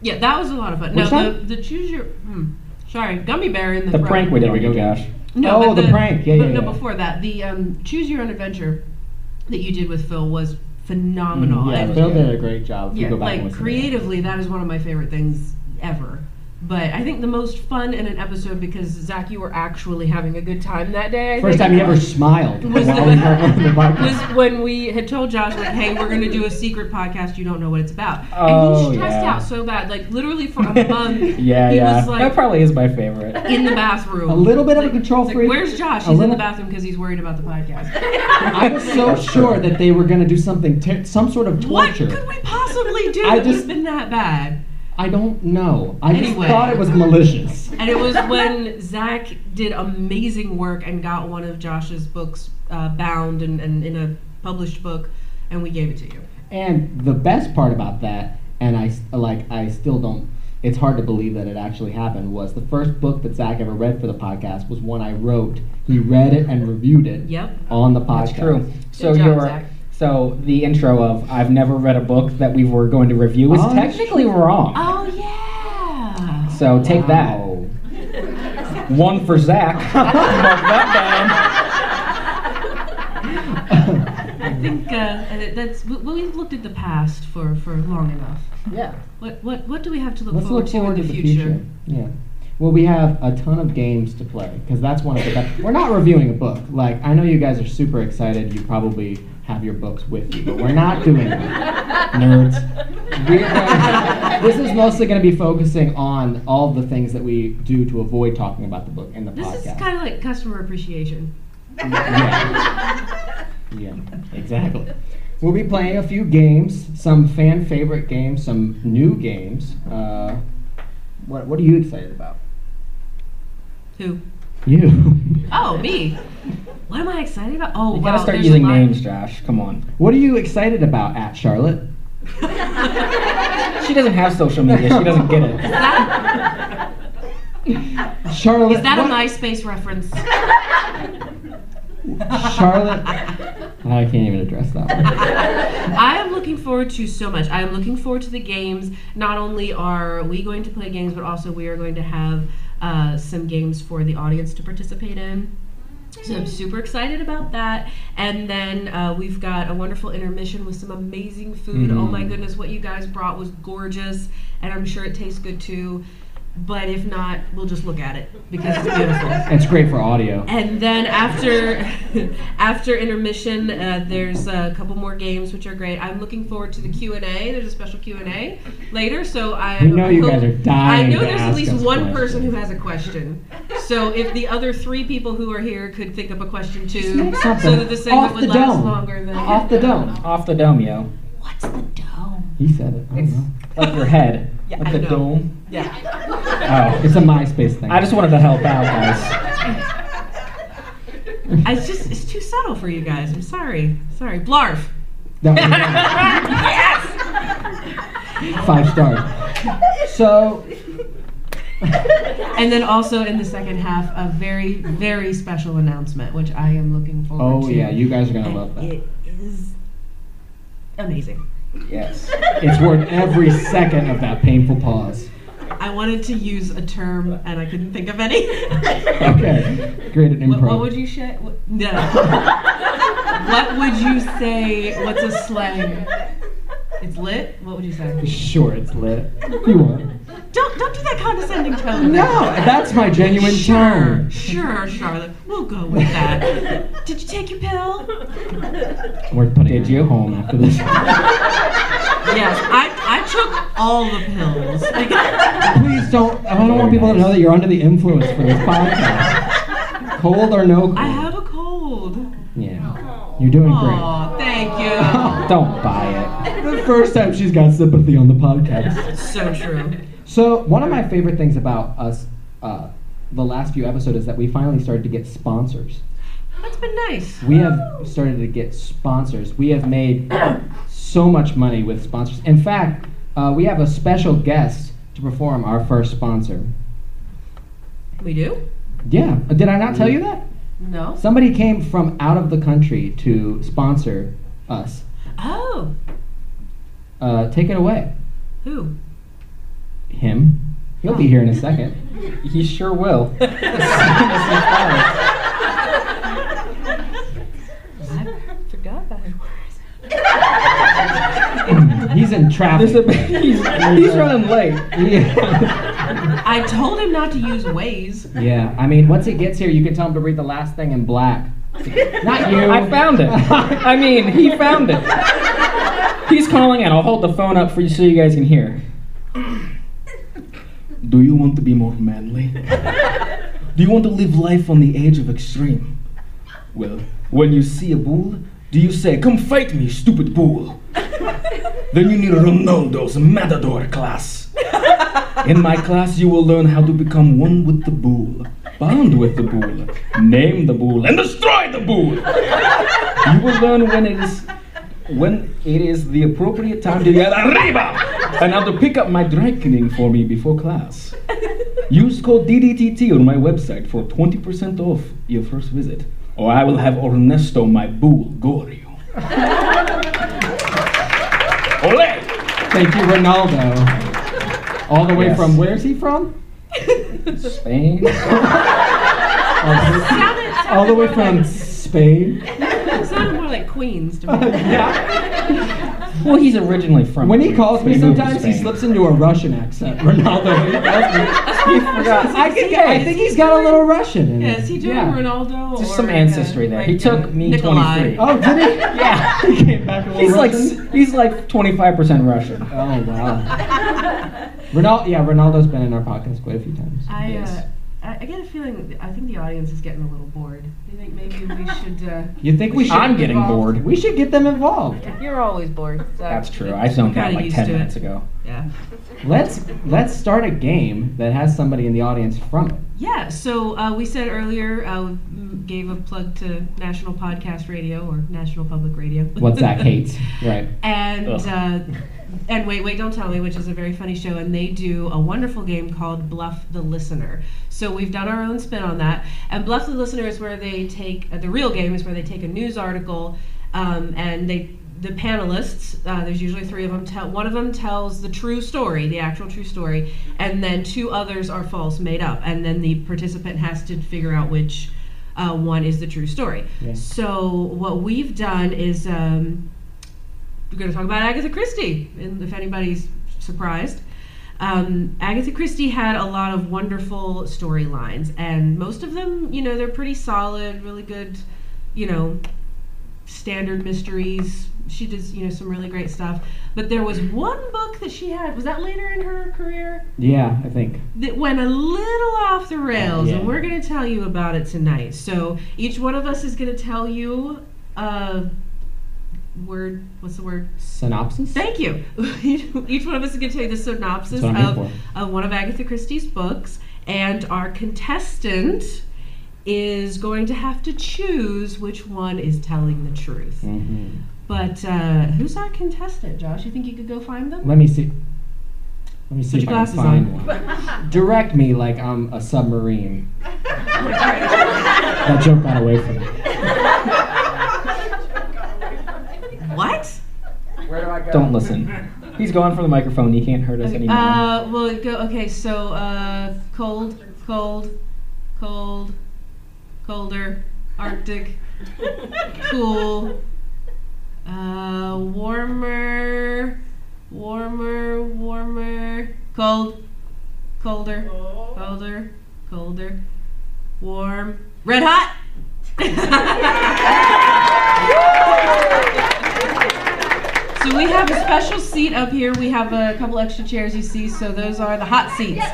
Speaker 1: Yeah, that was a lot of fun.
Speaker 4: Which
Speaker 1: no,
Speaker 4: one?
Speaker 1: the, the choose your hmm, sorry, gummy bear in the,
Speaker 10: The prank we did on you, Josh.
Speaker 1: No,
Speaker 4: Oh,
Speaker 1: but
Speaker 4: the prank. Yeah,
Speaker 1: but
Speaker 4: yeah,
Speaker 1: No,
Speaker 4: yeah.
Speaker 1: before that, the um, choose your own adventure that you did with Phil was phenomenal.
Speaker 10: Mm, yeah,
Speaker 1: And-
Speaker 10: that was
Speaker 4: Phil did a great job. If
Speaker 1: yeah,
Speaker 4: you go back and
Speaker 1: like
Speaker 4: listen to that.
Speaker 1: creatively, that is one of my favorite things ever. But I think the most fun in an episode because Zach, you were actually having a good time that day. I
Speaker 4: First
Speaker 1: think.
Speaker 4: time he ever smiled
Speaker 1: Was
Speaker 4: while
Speaker 1: the-
Speaker 4: we were on the mic.
Speaker 1: was when we had told Josh, like, hey, we're going to do a secret podcast. You don't know what it's about. and
Speaker 10: Oh,
Speaker 1: he stressed
Speaker 10: yeah.
Speaker 1: out so bad. Like, literally for a month,
Speaker 10: Yeah,
Speaker 1: he
Speaker 10: yeah.
Speaker 1: was like
Speaker 10: that probably is my favorite.
Speaker 1: in the bathroom.
Speaker 4: A little bit of a
Speaker 1: Like,
Speaker 4: control
Speaker 1: like,
Speaker 4: freak.
Speaker 1: Where's Josh?
Speaker 4: A
Speaker 1: He's in
Speaker 4: little-
Speaker 1: the bathroom because he's worried about the podcast.
Speaker 4: I was so sure that they were going to do something, ter- some sort of
Speaker 1: What
Speaker 4: torture.
Speaker 1: could we possibly do
Speaker 4: I
Speaker 1: that would have
Speaker 4: just-
Speaker 1: been that bad?
Speaker 4: I don't know. I just
Speaker 1: Anyway.
Speaker 4: thought it was malicious.
Speaker 1: And it was when Zach did amazing work and got one of Josh's books uh, bound and, and in a published book, and we gave it to you.
Speaker 4: And the best part about that, and I s- like, I still don't. It's hard to believe that it actually happened. Was the first book that Zach ever read for the podcast was one I wrote. He read it and reviewed it
Speaker 1: Yep.
Speaker 4: on the podcast.
Speaker 10: That's true. So
Speaker 1: job,
Speaker 10: your
Speaker 1: Zach.
Speaker 10: so the intro of I've never read a book that we were going to review is
Speaker 4: Oh, that's
Speaker 10: technically wrong.
Speaker 1: Oh, yeah.
Speaker 10: So take
Speaker 4: Wow.
Speaker 10: that. One for Zach. Mark that
Speaker 1: I think uh, uh, that's we, we've looked at the past for, for long enough.
Speaker 10: down. Yeah.
Speaker 1: What what what do we have to look
Speaker 4: Let's
Speaker 1: forward
Speaker 4: look forward
Speaker 1: to
Speaker 4: to
Speaker 1: in the future?
Speaker 4: Yeah. Well, we have a ton of games to play because that's one of the best. We're not reviewing a book. Like I know you guys are super excited. You probably have your books with you, but we're not doing that, nerds. We're going- this is mostly going to be focusing on all the things that we do to avoid talking about the book in the
Speaker 1: This
Speaker 4: podcast.
Speaker 1: is kind of like customer appreciation.
Speaker 4: Yeah, exactly. We'll be playing a few games, some fan favorite games, some new games. Uh, what What are you excited about?
Speaker 1: Who?
Speaker 4: You.
Speaker 1: Oh, me. What am I excited about? Oh,
Speaker 10: You
Speaker 1: wow.
Speaker 10: gotta start
Speaker 1: there's a
Speaker 10: using
Speaker 1: lot.
Speaker 10: names, Josh. Come on.
Speaker 4: What are you excited about at Charlotte?
Speaker 10: She doesn't have social media. She doesn't get it.
Speaker 1: That,
Speaker 4: Charlotte.
Speaker 1: is that a
Speaker 4: what-
Speaker 1: MySpace reference?
Speaker 4: Charlotte. I can't even address that one.
Speaker 1: I am looking forward to so much. I am looking forward to the games. Not only are we going to play games, but also we are going to have uh, some games for the audience to participate in. So I'm super excited about that. And then uh, we've got a wonderful intermission with some amazing food. Oh my goodness, what you guys brought was gorgeous, and I'm sure it tastes good too. But if not, we'll just look at it because it's beautiful.
Speaker 4: It's great for audio.
Speaker 1: And then after after intermission, uh, there's a couple more games which are great. I'm looking forward to the Q and A. There's a special Q and A later, so I
Speaker 4: We know
Speaker 1: I
Speaker 4: you
Speaker 1: hope-
Speaker 4: guys are dying
Speaker 1: I know
Speaker 4: to
Speaker 1: there's at
Speaker 4: ask
Speaker 1: least
Speaker 4: us
Speaker 1: one person
Speaker 4: questions.
Speaker 1: who has a question. So if the other three people who are here could think up a question too,
Speaker 4: make something
Speaker 1: so that the segment
Speaker 4: off
Speaker 1: would
Speaker 4: the
Speaker 1: last
Speaker 4: dome.
Speaker 1: longer than
Speaker 4: Off the dome.
Speaker 10: Off the dome, yo.
Speaker 1: What's the dome?
Speaker 4: He said it. I don't know.
Speaker 10: Like your head.
Speaker 1: Yeah,
Speaker 10: Like
Speaker 1: I
Speaker 10: the
Speaker 1: know.
Speaker 10: dome.
Speaker 1: Yeah.
Speaker 10: Oh.
Speaker 4: It's a MySpace thing.
Speaker 10: I just wanted to help out, guys.
Speaker 1: I- It's just it's too subtle for you guys. I'm sorry. Sorry. Blarf.
Speaker 4: That was five stars. So
Speaker 1: And then also in the second half, a very, very special announcement, which I am looking forward to.
Speaker 4: Oh yeah, you guys are gonna
Speaker 1: And
Speaker 4: love that.
Speaker 1: It is amazing.
Speaker 10: Yes.
Speaker 4: It's worth every second of that painful pause.
Speaker 1: I wanted to use a term and I couldn't think of any.
Speaker 4: Okay, great at improv.
Speaker 1: What, what would you say? What, no. what would you say? What's a slang? It's lit. What would you say?
Speaker 4: Sure, it's lit. You want?
Speaker 1: Don't don't do that condescending tone.
Speaker 4: No, that's my genuine
Speaker 1: sure,
Speaker 4: charm.
Speaker 1: Sure, Charlotte. We'll go with that. Did you take your pill?
Speaker 4: We're putting
Speaker 10: Did
Speaker 4: her
Speaker 10: you?
Speaker 4: home after this.
Speaker 1: Yes, I, I took all the pills.
Speaker 4: Please don't. I don't want people to know that you're under the influence for this podcast. Cold or no cold.
Speaker 1: I have a cold.
Speaker 4: Yeah. You're doing
Speaker 1: Aw, thank
Speaker 4: great.
Speaker 1: you.
Speaker 4: Don't buy it. The first time she's got sympathy on the podcast.
Speaker 1: So true.
Speaker 4: So one of my favorite things about us, uh, the last few episodes, is that we finally started to get sponsors.
Speaker 1: That's been nice.
Speaker 4: We have started to get sponsors. We have made so much money with sponsors. In fact, uh, we have a special guest to perform our first sponsor.
Speaker 1: We do?
Speaker 4: Yeah, did I not tell you that?
Speaker 1: No.
Speaker 4: Somebody came from out of the country to sponsor us.
Speaker 1: Oh,
Speaker 4: Uh, take it away,
Speaker 1: who?
Speaker 4: him. He'll be here in a second.
Speaker 10: He sure will.
Speaker 1: I forgot about him.
Speaker 4: He's in traffic.
Speaker 10: There's a, he's, he's running late.
Speaker 4: Yeah.
Speaker 1: I told him not to use Waze.
Speaker 4: yeah, I mean, once he gets here, you can tell him to read the last thing in black. Not you.
Speaker 10: I found it. I mean, he found it. He's calling in. I'll hold the phone up for you so you guys can hear. Do you want to be more manly? Do you want to live life on the edge of extreme? Well, when you see a bull, do you say, Come fight me, stupid bull? then you need Ronaldo's Matador class. In my class, you will learn how to become one with the bull, bound with the bull, name the bull, and destroy the bull. You will learn when it is Mm-hmm. when it is the appropriate time to yell arriba and how to pick up my reckoning for me before class. Use code DDTT on my website for 20% off your first visit, or I will have Ernesto, my bull, gore you. Ole!
Speaker 4: Thank you, Ronaldo. All the way
Speaker 10: Yes.
Speaker 4: from where's he from?
Speaker 10: Spain.
Speaker 1: Sounded, sounded
Speaker 4: All the way
Speaker 1: more
Speaker 4: from
Speaker 1: like-
Speaker 4: Spain.
Speaker 1: sounded more like Queens to me.
Speaker 10: Well, he's originally from.
Speaker 4: When he calls
Speaker 10: but
Speaker 4: me,
Speaker 10: moved to
Speaker 4: sometimes he
Speaker 10: Spain.
Speaker 4: slips into a Russian accent. Ronaldo. He does me. He forgot. I, can, I think he's got a little Russian in
Speaker 1: Yeah,
Speaker 4: it.
Speaker 1: is he doing
Speaker 4: Yeah.
Speaker 1: Ronaldo?
Speaker 10: Just
Speaker 1: or,
Speaker 10: some
Speaker 1: uh,
Speaker 10: ancestry there. He
Speaker 1: like,
Speaker 10: took
Speaker 1: uh,
Speaker 10: me
Speaker 1: Nikolai.
Speaker 10: 23.
Speaker 4: Oh, did he? Yeah. he came back a little
Speaker 10: He's like
Speaker 4: Russian.
Speaker 10: he's like 25% Russian.
Speaker 4: Oh wow. Ronaldo, yeah, Ronaldo's been in our podcast quite a few times.
Speaker 1: I, uh,
Speaker 10: Yes.
Speaker 1: I, I get a feeling. I think the audience is getting a little bored. You think maybe we should? Uh,
Speaker 4: You think we should?
Speaker 10: I'm getting
Speaker 1: involved.
Speaker 10: bored.
Speaker 4: We should get them involved.
Speaker 1: you're always bored. So
Speaker 10: That's true. I zoned out
Speaker 1: kinda
Speaker 10: like
Speaker 1: used
Speaker 10: 10
Speaker 1: to it.
Speaker 10: minutes ago.
Speaker 1: Yeah.
Speaker 4: Let's let's start a game that has somebody in the audience from it.
Speaker 1: Yeah. So uh, we said earlier, uh, m- gave a plug to National Podcast Radio or National Public Radio.
Speaker 4: What's that, Kate? Right.
Speaker 1: and
Speaker 10: Ugh.
Speaker 1: uh, and wait, wait, don't tell me, which is a very funny show, and they do a wonderful game called Bluff the Listener. So we've done our own spin on that, and Bluff the Listener is where they take uh, the real game is where they take a news article, um, and they the panelists uh, there's usually three of them tell one of them tells the true story the actual true story and then two others are false made up and then the participant has to figure out which uh, one is the true story
Speaker 4: Yeah.
Speaker 1: so what we've done is um, we're going to talk about Agatha Christie, and if anybody's surprised. Um, Agatha Christie had a lot of wonderful storylines, and most of them, you know, they're pretty solid, really good, you know, standard mysteries. She does, you know, some really great stuff. But there was one book that she had, was that later in her career?
Speaker 4: Yeah, I think.
Speaker 1: that went a little off the rails,
Speaker 4: Yeah.
Speaker 1: and we're going to tell you about it tonight. So each one of us is going to tell you a word, what's the word?
Speaker 4: Synopsis.
Speaker 1: Thank you. Each one of us is going to tell you the synopsis
Speaker 4: That's what I'm here
Speaker 1: of, of one of Agatha Christie's books, and our contestant is going to have to choose which one is telling the truth.
Speaker 4: Mhm.
Speaker 1: But uh, who's our contestant, Josh? You think you could go find them?
Speaker 4: Let me see. Let me see
Speaker 1: Put
Speaker 4: if
Speaker 1: your
Speaker 4: I can
Speaker 1: glasses
Speaker 4: find
Speaker 1: on.
Speaker 4: one. Direct me like I'm a submarine. that joke got away from me.
Speaker 1: What?
Speaker 10: Don't listen. He's gone from the microphone. He can't hurt us anymore.
Speaker 1: Uh, well, go. Okay, so uh, cold, cold, cold, colder, Arctic, cool, uh, warmer, warmer, warmer, cold, colder, colder, colder, warm, red hot. So we have a special seat up here. We have a couple extra chairs you see, so those are the hot seats.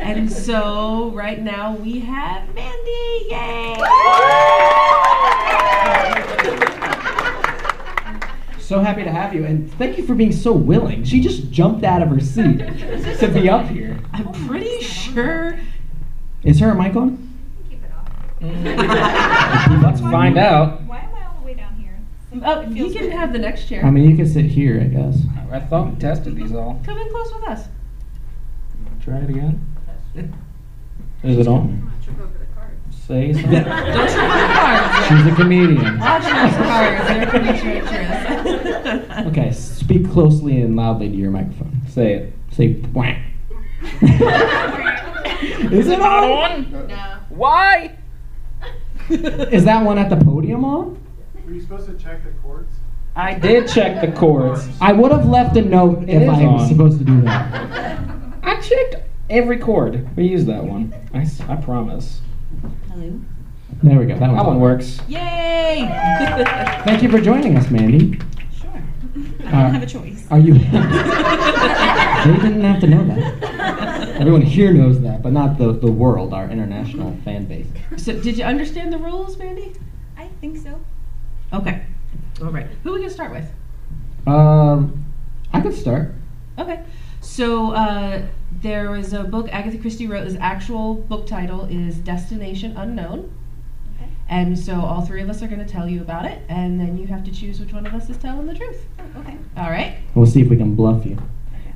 Speaker 1: And so right now we have Mandy. Yay!
Speaker 4: So happy to have you, and thank you for being so willing. She just jumped out of her seat to be up here.
Speaker 1: I'm pretty sure.
Speaker 4: Is her mic on?
Speaker 12: Keep it off.
Speaker 10: Let's find out.
Speaker 12: Why am I all the way down here?
Speaker 1: Oh, you can have the next chair.
Speaker 4: I mean, you can sit here, I guess.
Speaker 10: I thought we tested these all.
Speaker 1: Come in close with us.
Speaker 10: Try it again. Is it on? Say something.
Speaker 1: Don't trip on the cards.
Speaker 4: She's a comedian.
Speaker 1: Watch those cards. They're pretty treacherous.
Speaker 4: Okay, speak closely and loudly to your microphone.
Speaker 10: Say it.
Speaker 4: Say whack. Is it on?
Speaker 3: No.
Speaker 10: Why?
Speaker 4: Is that one at the podium on?
Speaker 13: Were you supposed to check the chords?
Speaker 10: I did check the chords.
Speaker 4: I would have left a note
Speaker 10: It
Speaker 4: if
Speaker 10: is
Speaker 4: I was
Speaker 10: on.
Speaker 4: supposed to do that.
Speaker 10: I checked every chord. We used that one. I, s- I promise.
Speaker 1: Hello.
Speaker 4: There we go. That, one's
Speaker 10: That one
Speaker 4: on.
Speaker 10: works.
Speaker 1: Yay! I
Speaker 4: Thank you for joining us, Mandy. Uh,
Speaker 1: don't have a choice.
Speaker 4: Are you? they didn't have to know that. Everyone here knows that, but not the, the world, our international fan base.
Speaker 1: So, did you understand the rules, Mandy?
Speaker 12: I think so.
Speaker 1: Okay. All right. Who are we gonna start with?
Speaker 4: Um, I could start.
Speaker 1: Okay. So uh, there was a book Agatha Christie wrote. His actual book title is Destination Unknown.
Speaker 12: Okay.
Speaker 1: And so all three of us are going to tell you about it, and then you have to choose which one of us is telling the truth.
Speaker 12: Oh, okay.
Speaker 1: All right.
Speaker 4: We'll see if we can bluff you.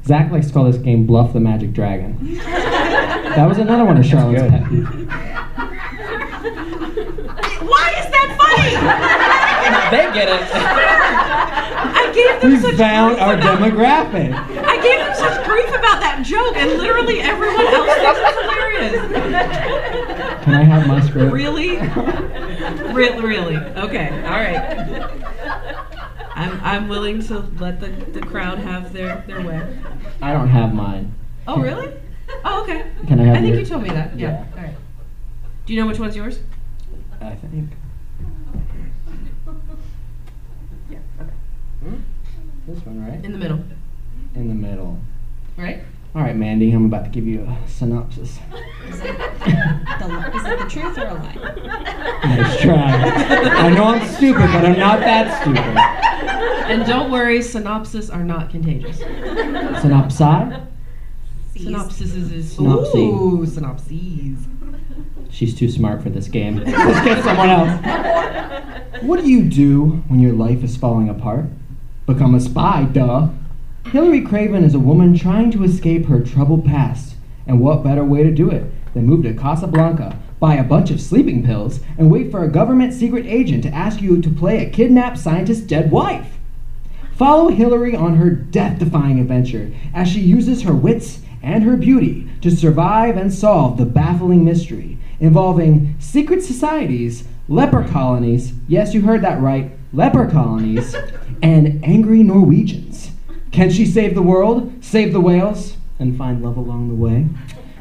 Speaker 4: Zach likes to call this game Bluff the Magic Dragon. That was another one of Charlotte's
Speaker 10: good.
Speaker 4: pet peeves.
Speaker 1: Why is that funny?
Speaker 10: They get it.
Speaker 1: I gave them
Speaker 4: We
Speaker 1: such
Speaker 4: found
Speaker 1: grief
Speaker 4: our
Speaker 1: about-
Speaker 4: demographic.
Speaker 1: I gave them such grief about that joke, and literally everyone else thinks it's hilarious.
Speaker 4: Can I have my script?
Speaker 1: Really? Re- really? Okay. All right. I'm, I'm willing to let the, the crowd have their, their way.
Speaker 4: I don't have mine.
Speaker 1: Oh, really? Oh, okay.
Speaker 4: Can I have
Speaker 1: I think
Speaker 4: your-
Speaker 1: you told me that. Yeah. All right. Do you know which one's yours?
Speaker 4: I think.
Speaker 1: Yeah. Okay.
Speaker 4: Hmm? This one, right?
Speaker 1: In the middle,
Speaker 4: In the middle.
Speaker 1: right?
Speaker 4: All right, Mandy, I'm about to give you a synopsis.
Speaker 3: Is it the truth or a lie?
Speaker 4: Nice try. I know I'm stupid, but I'm not that stupid.
Speaker 1: And don't worry, synopsis are not contagious.
Speaker 4: Synopsi?
Speaker 1: Synopsis is, is
Speaker 4: Synopsis.
Speaker 1: Ooh, synopses.
Speaker 4: She's too smart for this game. Let's get someone else. What do you do when your life is falling apart? Become a spy, duh. Hillary Craven is a woman trying to escape her troubled past. And what better way to do it than move to Casablanca, buy a bunch of sleeping pills, and wait for a government secret agent to ask you to play a kidnapped scientist's dead wife? Follow Hillary on her death defying adventure as she uses her wits and her beauty to survive and solve the baffling mystery involving secret societies, leper colonies yes, you heard that right, leper colonies and angry Norwegians. Can she save the world, save the whales, and find love along the way?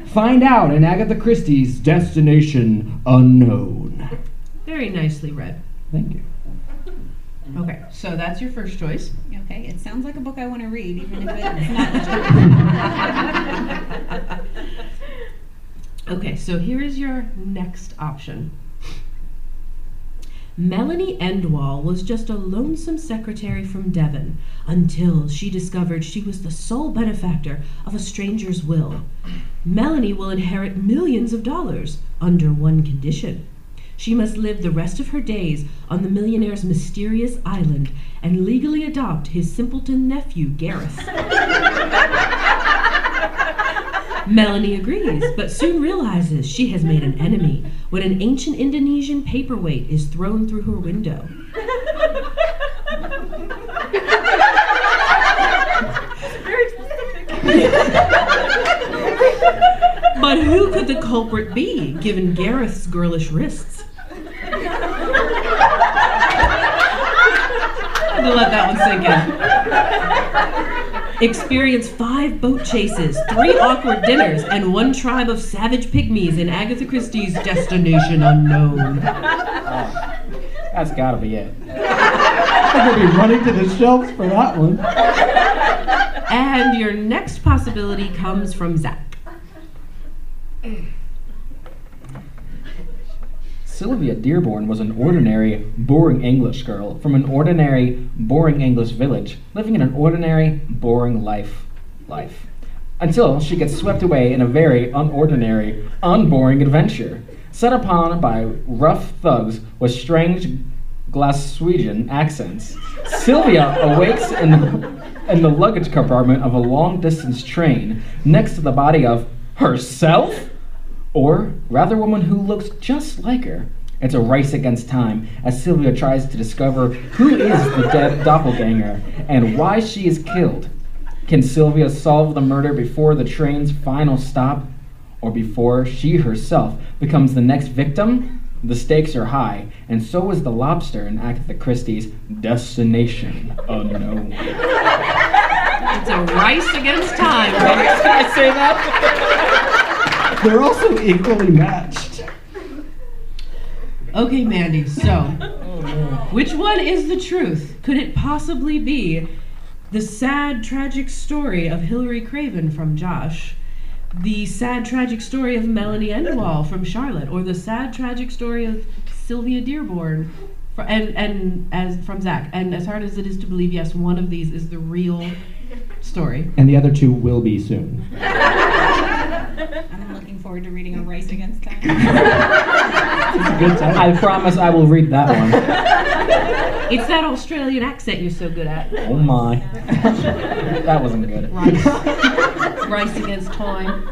Speaker 4: Find out in Agatha Christie's Destination Unknown.
Speaker 1: Very nicely read.
Speaker 4: Thank you.
Speaker 1: Okay, so that's your first choice.
Speaker 3: Okay, it sounds like a book I want to read, even if it's not the truth.
Speaker 1: Okay, so here is your next option. Melanie Endwall was just a lonesome secretary from Devon until she discovered she was the sole benefactor of a stranger's will. Melanie will inherit millions of dollars under one condition. She must live the rest of her days on the millionaire's mysterious island and legally adopt his simpleton nephew, Gareth. Melanie agrees, but soon realizes she has made an enemy when an ancient Indonesian paperweight is thrown through her window. But who could the culprit be, given Gareth's girlish wrists? I'm gonna let that one sink in experience five boat chases, three awkward dinners, and one tribe of savage pygmies in Agatha Christie's Destination Unknown.
Speaker 10: That's gotta be it.
Speaker 4: I'm gonna be running to the shelves for that one.
Speaker 1: And your next possibility comes from Zach.
Speaker 10: Sylvia Dearborn was an ordinary, boring English girl from an ordinary, boring English village, living in an ordinary, boring life. Life. Until she gets swept away in a very unordinary, unboring adventure, set upon by rough thugs with strange Glaswegian accents. Sylvia awakes in the, in the luggage compartment of a long distance train next to the body of herself? Or rather, a woman who looks just like her. It's a race against time as Sylvia tries to discover who is the dead doppelganger and why she is killed. Can Sylvia solve the murder before the train's final stop? Or before she herself becomes the next victim? The stakes are high, and so is the lobster in Agatha Christie's Destination Oh, Unknown.
Speaker 1: It's a rice against time.
Speaker 10: Did I say that?
Speaker 4: They're also equally matched.
Speaker 1: Okay, Mandy, so which one is the truth? Could it possibly be the sad, tragic story of Hillary Craven from Josh, the sad, tragic story of Melanie Endwall from Charlotte, or the sad, tragic story of Sylvia Dearborn? fr- And, and as from Zach, and as hard as it is to believe, yes, one of these is the real story.
Speaker 4: And the other two will be soon.
Speaker 3: I'm looking forward to reading a race against time.
Speaker 4: Good time.
Speaker 10: I promise I will read that
Speaker 1: It's that Australian accent you're so good at.
Speaker 10: one. Oh my. that wasn't good.
Speaker 1: Rice, rice against time.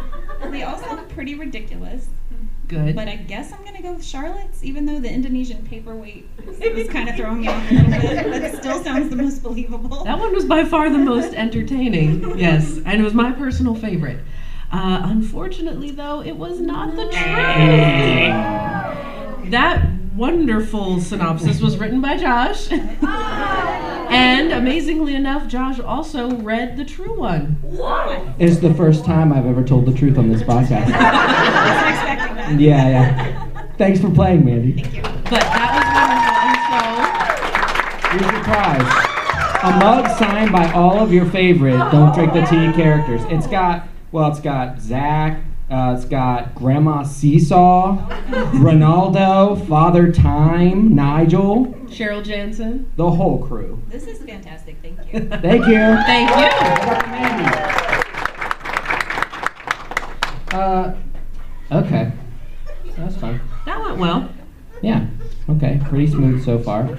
Speaker 3: They all sound pretty ridiculous,
Speaker 1: Good.
Speaker 3: but I guess I'm gonna go with Charlotte's, even though the Indonesian paperweight was kind of throwing me off a little bit. But it still sounds the most believable.
Speaker 1: That one was by far the most entertaining, yes, and it was my personal favorite. Uh, unfortunately, though, it was not the truth. That wonderful synopsis was written by Josh. and amazingly enough, Josh also read the true one.
Speaker 4: It's the first time I've ever told the truth on this podcast.
Speaker 3: I was expecting that.
Speaker 4: Yeah, yeah. Thanks for playing, Mandy.
Speaker 1: But that
Speaker 4: Here's your prize. A mug signed by all of your favorite Don't Drink the Tea characters. It's got, well, it's got Zach, uh, it's got Grandma Seesaw, Ronaldo, Father Time, Nigel,
Speaker 1: was wonderful. Cheryl Jansen.
Speaker 4: the whole crew.
Speaker 3: This is fantastic. Thank you.
Speaker 4: Thank you.
Speaker 1: Thank you.
Speaker 4: Uh, okay. That's fine.
Speaker 1: That went well.
Speaker 4: Yeah. Okay. Pretty smooth so far.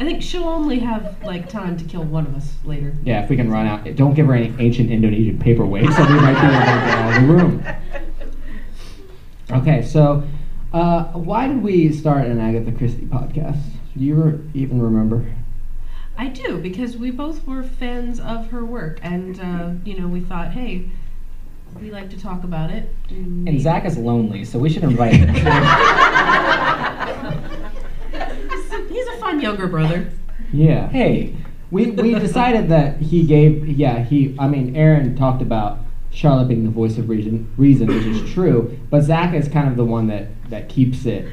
Speaker 1: I think she'll only have like time to kill one of us later.
Speaker 4: Yeah, if we can run out. Don't give her any ancient Indonesian paperweights, so we might be able to get out of the room. Okay, so uh, why did we start an Agatha Christie podcast? Do you re- even remember?
Speaker 1: I do because we both were fans of her work, and uh, you know we thought, hey, we like to talk about it.
Speaker 10: And Zach is lonely, so we should invite him.
Speaker 1: he's a fun younger brother.
Speaker 4: Yeah.
Speaker 10: hey,
Speaker 4: We, we decided that he gave, yeah, he, I mean, Aaron talked about Charlotte being the voice of reason, reason which is true, but Zach is kind of the one that, that keeps it.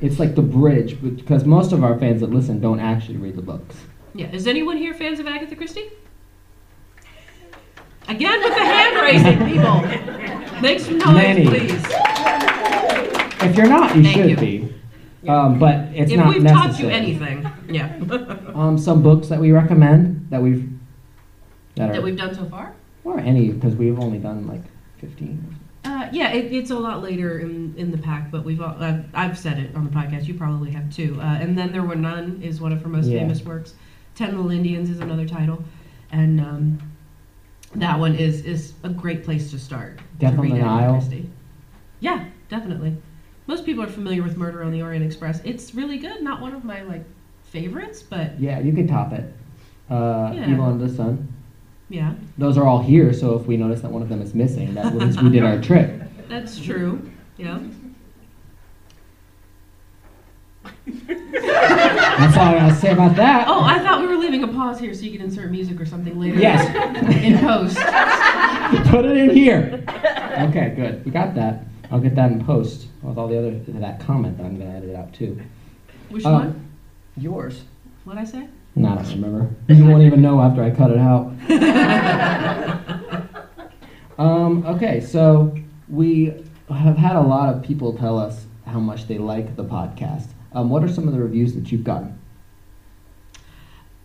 Speaker 4: It's like the bridge, because most of our fans that listen don't actually read the books.
Speaker 1: Yeah. Is anyone here fans of Agatha Christie? Again with the hand raising, people. Make some noise,
Speaker 4: Many.
Speaker 1: please.
Speaker 4: If you're not, you
Speaker 1: Thank
Speaker 4: should
Speaker 1: you.
Speaker 4: be. Um, but it's
Speaker 1: if
Speaker 4: not
Speaker 1: we've
Speaker 4: necessary.
Speaker 1: taught you anything, yeah,
Speaker 4: Um, some books that we recommend that we've that are
Speaker 1: that we've done so far.
Speaker 4: or any because we've only done like fifteen.
Speaker 1: Uh, yeah, it, it's a lot later in, in the pack, but we've all, I've, I've said it on the podcast. You probably have too. Uh, and then there were none is one of her most
Speaker 4: Yeah.
Speaker 1: famous works. Ten Little Indians is another title, and um, that one is is a great place to start.
Speaker 4: Death
Speaker 1: to
Speaker 4: on
Speaker 1: read
Speaker 4: the
Speaker 1: Agatha
Speaker 4: Nile.
Speaker 1: Christie. Yeah, definitely. Most people are familiar with Murder on the Orient Express. It's really good. Not one of my like favorites, but
Speaker 4: Yeah, you can top it. Uh,
Speaker 1: Yeah.
Speaker 4: Evil Under the Sun.
Speaker 1: yeah,
Speaker 4: Those are all here, so if we notice that one of them is missing, that means we did our trick.
Speaker 1: that's true. Yeah.
Speaker 4: That's all I gotta say about that.
Speaker 1: Oh, I thought we were leaving a pause here so you could insert music or something later.
Speaker 4: Yes.
Speaker 1: In post.
Speaker 4: Put it in here. Okay, good. We got that. I'll get that in post with all the other that comment that I'm gonna edit out too.
Speaker 1: Which
Speaker 4: Uh,
Speaker 1: one?
Speaker 4: Yours.
Speaker 1: What'd I say?
Speaker 4: No, I don't remember. You won't even know after I cut it out. um, okay, so we have had a lot of people tell us how much they like the podcast. Um, what are some of the reviews that you've gotten?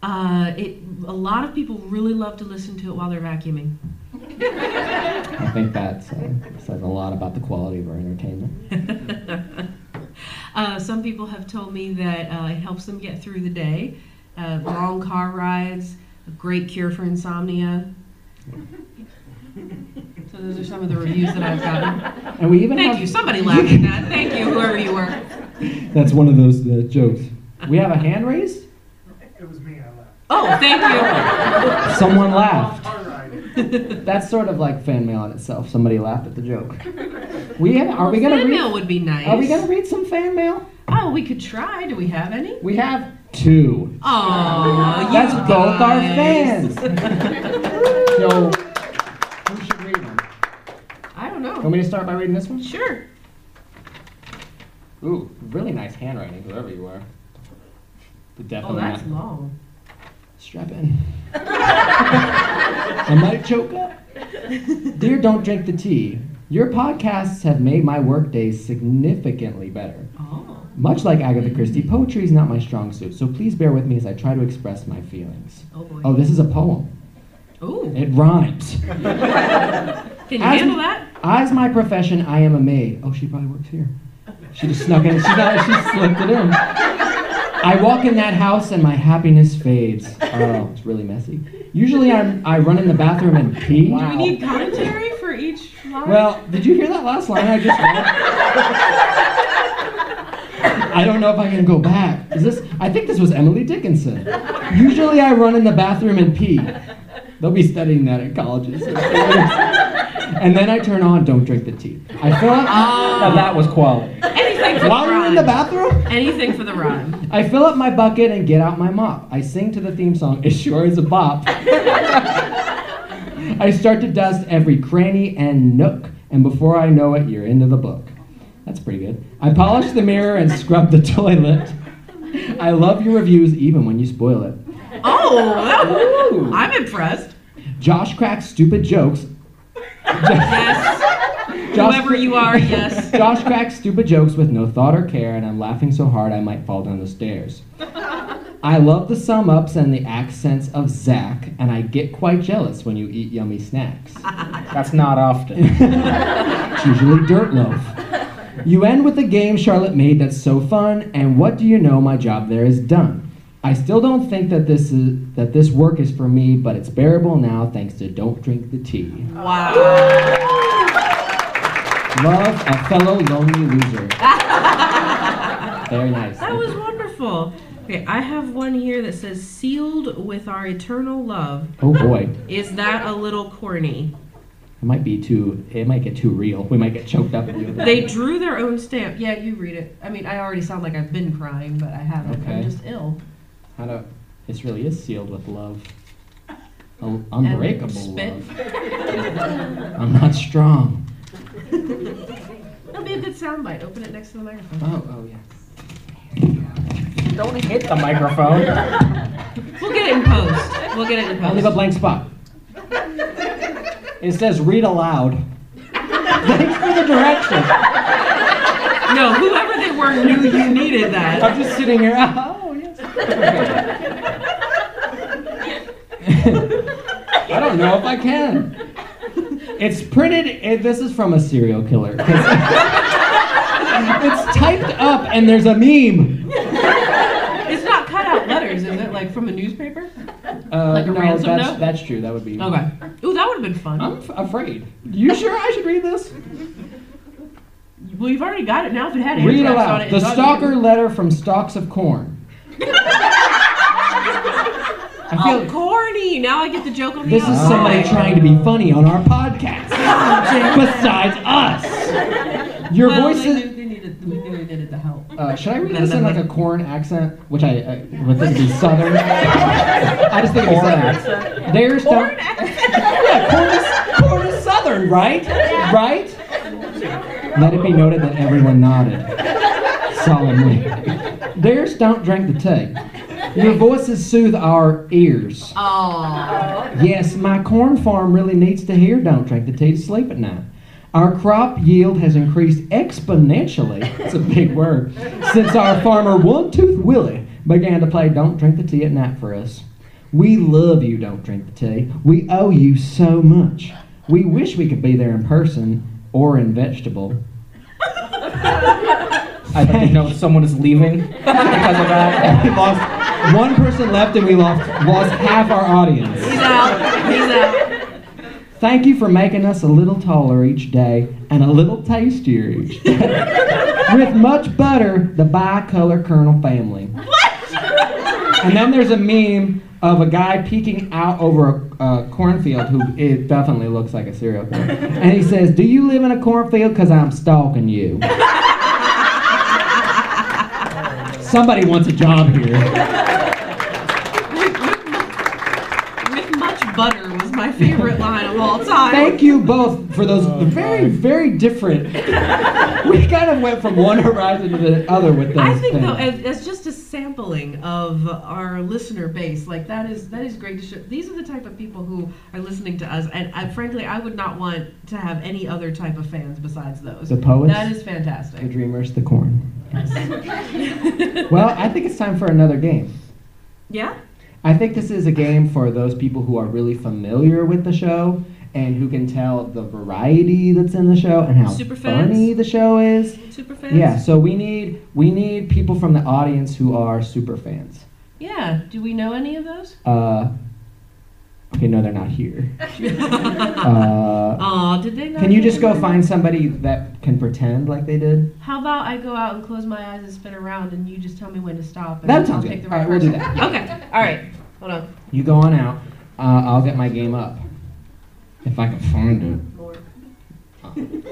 Speaker 1: Uh, it, a lot of people really love to listen to it while they're vacuuming.
Speaker 4: I think that uh, says a lot about the quality of our entertainment.
Speaker 1: uh, some people have told me that uh, it helps them get through the day. Uh, long car rides, a great cure for insomnia. So those are some of the reviews that I've gotten.
Speaker 4: And we even
Speaker 1: Thank
Speaker 4: have
Speaker 1: you. Somebody laughed at that. Thank you, whoever you were.
Speaker 4: That's one of those uh, jokes. We have a hand raised.
Speaker 13: It was me, I left.
Speaker 1: Oh, thank
Speaker 4: Someone laughed.
Speaker 13: All right.
Speaker 1: you.
Speaker 4: That's sort of like fan mail in itself. Somebody laughed at the joke. We have, are we gonna
Speaker 1: Fan
Speaker 4: read?
Speaker 1: mail would be nice.
Speaker 4: Are we gonna read some fan mail?
Speaker 1: Oh, we could try. Do we have any?
Speaker 4: We have two.
Speaker 1: Oh, you
Speaker 4: That's both our
Speaker 1: guys.
Speaker 4: So, who should read them?
Speaker 1: I don't
Speaker 4: Want
Speaker 1: know.
Speaker 4: me to start by reading this one?
Speaker 1: Sure.
Speaker 4: Ooh, really nice handwriting, whoever you are. But
Speaker 1: Oh,
Speaker 4: definitely
Speaker 1: that's
Speaker 4: not-
Speaker 1: long.
Speaker 4: Strap in. I might choke up. Dear Don't Drink the Tea, your podcasts have made my workdays significantly better.
Speaker 1: Oh.
Speaker 4: Much like Agatha Christie, poetry is not my strong suit, so please bear with me as I try to express my feelings.
Speaker 1: Oh boy.
Speaker 4: Oh, this is a poem.
Speaker 1: Ooh.
Speaker 4: It rhymes.
Speaker 1: Can you
Speaker 4: As-
Speaker 1: handle that?
Speaker 4: As my profession, I am a maid. Oh, she probably works here. She just snuck in. She, got, she slipped it in. I walk in that house and my happiness fades. Oh, it's really messy. Usually, I'm I run in the bathroom and pee.
Speaker 1: Do we need commentary for each line?
Speaker 4: Well, did you hear that last line I just read? I don't know if I can go back. Is this? I think this was Emily Dickinson. Usually, I run in the bathroom and pee. They'll be studying that at colleges. and then I turn on "Don't Drink the Tea." I fill up.
Speaker 1: Ah.
Speaker 4: Now that was quality.
Speaker 1: anything for
Speaker 4: While
Speaker 1: the
Speaker 4: you're
Speaker 1: rhyme.
Speaker 4: in the bathroom,
Speaker 1: Anything for the rhyme.
Speaker 4: I fill up my bucket and get out my mop. I sing to the theme song. It sure is a bop. I start to dust every cranny and nook, and before I know it, you're into the book. That's pretty good. I polish the mirror and scrub the toilet. I love your reviews, even when you spoil it.
Speaker 1: Oh, that-
Speaker 4: Ooh.
Speaker 1: I'm impressed.
Speaker 4: Josh cracks stupid jokes.
Speaker 1: Yes. Whoever you are, yes.
Speaker 4: Josh cracks stupid jokes with no thought or care, and I'm laughing so hard I might fall down the stairs. I love the sum ups and the accents of Zach, and I get quite jealous when you eat yummy snacks.
Speaker 10: That's not often.
Speaker 4: it's usually dirt loaf. You end with the game Charlotte made that's so fun, and what do you know? My job there is done. I still don't think that this is that this work is for me, but it's bearable now thanks to Don't Drink the Tea.
Speaker 1: Wow.
Speaker 4: Love a fellow lonely loser. Very nice.
Speaker 1: That was wonderful. Okay, I have one here that says sealed with our eternal love.
Speaker 4: Oh boy,
Speaker 1: Is that a little corny?
Speaker 4: it might be too. It might get too real. We might get choked up.
Speaker 1: They drew their own stamp. Yeah, you read it. I mean, I already sound like I've been crying, but I haven't.
Speaker 4: Okay.
Speaker 1: I'm just ill.
Speaker 4: How do, this really is sealed with love. Un-
Speaker 1: And
Speaker 4: Unbreakable
Speaker 1: spit.
Speaker 4: love. I'm not strong.
Speaker 1: That'll be a good soundbite. Open it next to the microphone.
Speaker 4: Oh, oh yeah.
Speaker 10: Don't hit the microphone.
Speaker 1: We'll get it in post. We'll get it in
Speaker 4: I leave a
Speaker 1: post.
Speaker 4: blank spot. It says read aloud. Thanks for the direction.
Speaker 1: No, whoever they were knew you needed that.
Speaker 4: I'm just sitting here. Oh yes. I don't know if I can. It's printed. It, this is from a serial killer. 'cause- it's typed up and there's a meme.
Speaker 1: It's not cut out letters, is it? Like from a newspaper?
Speaker 4: Uh,
Speaker 1: Like a
Speaker 4: no,
Speaker 1: ransom
Speaker 4: that's,
Speaker 1: note?
Speaker 4: That's true. That would be.
Speaker 1: Okay. Ooh, that would have been fun.
Speaker 4: I'm f- afraid. You sure I should read this?
Speaker 1: Well, you've already got it now. If it had
Speaker 4: Read
Speaker 1: anthrax on it, it's
Speaker 4: aloud. The
Speaker 1: on you.
Speaker 4: stalker letter from stalks of corn. I feel
Speaker 1: Oh, corny. Now I get the joke on the
Speaker 4: this is
Speaker 1: outside.
Speaker 4: somebody trying to be funny on our podcast. Besides us, your
Speaker 1: well,
Speaker 4: voice
Speaker 1: they
Speaker 4: is.
Speaker 1: knew they needed, we knew we needed the help.
Speaker 4: Uh, should I read this in like a corn accent, which I, I would think would be southern? I just think it's southern. Accent. There's corn yeah, corn is, corn is southern, right? Right? Let it be noted that everyone nodded solemnly. There's don't drink the tea. Your voices soothe our ears.
Speaker 1: Oh.
Speaker 4: Yes, my corn farm really needs to hear Don't Drink the Tea to sleep at night. Our crop yield has increased exponentially. It's a big word. Since our farmer One Tooth Willie began to play Don't Drink the Tea at Night for us. We love you, Don't Drink the Tea. We owe you so much. We wish we could be there in person or in vegetable.
Speaker 10: I didn't know someone is leaving because of that.
Speaker 4: we lost one person left and we lost lost half our audience.
Speaker 1: He's out. He's out.
Speaker 4: Thank you for making us a little taller each day and a little tastier each day. With much butter, the bicolor kernel family. And then there's a meme of a guy peeking out over a, a cornfield who it definitely looks like a serial killer. And he says, Do you live in a cornfield? Because I'm stalking you. Somebody wants a job here.
Speaker 1: With much butter was my favorite line of all time.
Speaker 4: Thank you both for those very, very different. we kind of went from one horizon to the other with those.
Speaker 1: I think though,
Speaker 4: things.
Speaker 1: as, as just a sampling of our listener base, like that is that is great to show. These are the type of people who are listening to us, and I, frankly, I would not want to have any other type of fans besides those.
Speaker 4: The poets?
Speaker 1: That is
Speaker 4: The
Speaker 1: fantastic.
Speaker 4: dreamers, the corn. Well, I think it's time for another game.
Speaker 1: yeah.
Speaker 4: I think this is a game for those people who are really familiar with the show and who can tell the variety that's in the show and how
Speaker 1: Super fans?
Speaker 4: funny the show is.
Speaker 1: Super fans.
Speaker 4: Yeah, so we need we need people from the audience who are super fans.
Speaker 1: Yeah. Do we know any of those?
Speaker 4: Uh, okay, no, they're not here. Uh,
Speaker 1: Aw, did they? Not
Speaker 4: can you just go
Speaker 1: remember?
Speaker 4: find somebody that can pretend like they did?
Speaker 1: How about I go out and close my eyes and spin around, and you just tell me when to stop, and
Speaker 4: That
Speaker 1: I'll
Speaker 4: sounds
Speaker 1: pick
Speaker 4: good.
Speaker 1: the
Speaker 4: All
Speaker 1: right,
Speaker 4: right, we'll do
Speaker 1: person.
Speaker 4: that.
Speaker 1: Okay. All right. Hold on.
Speaker 4: You go on out. Uh, I'll get my game up. If I can find it.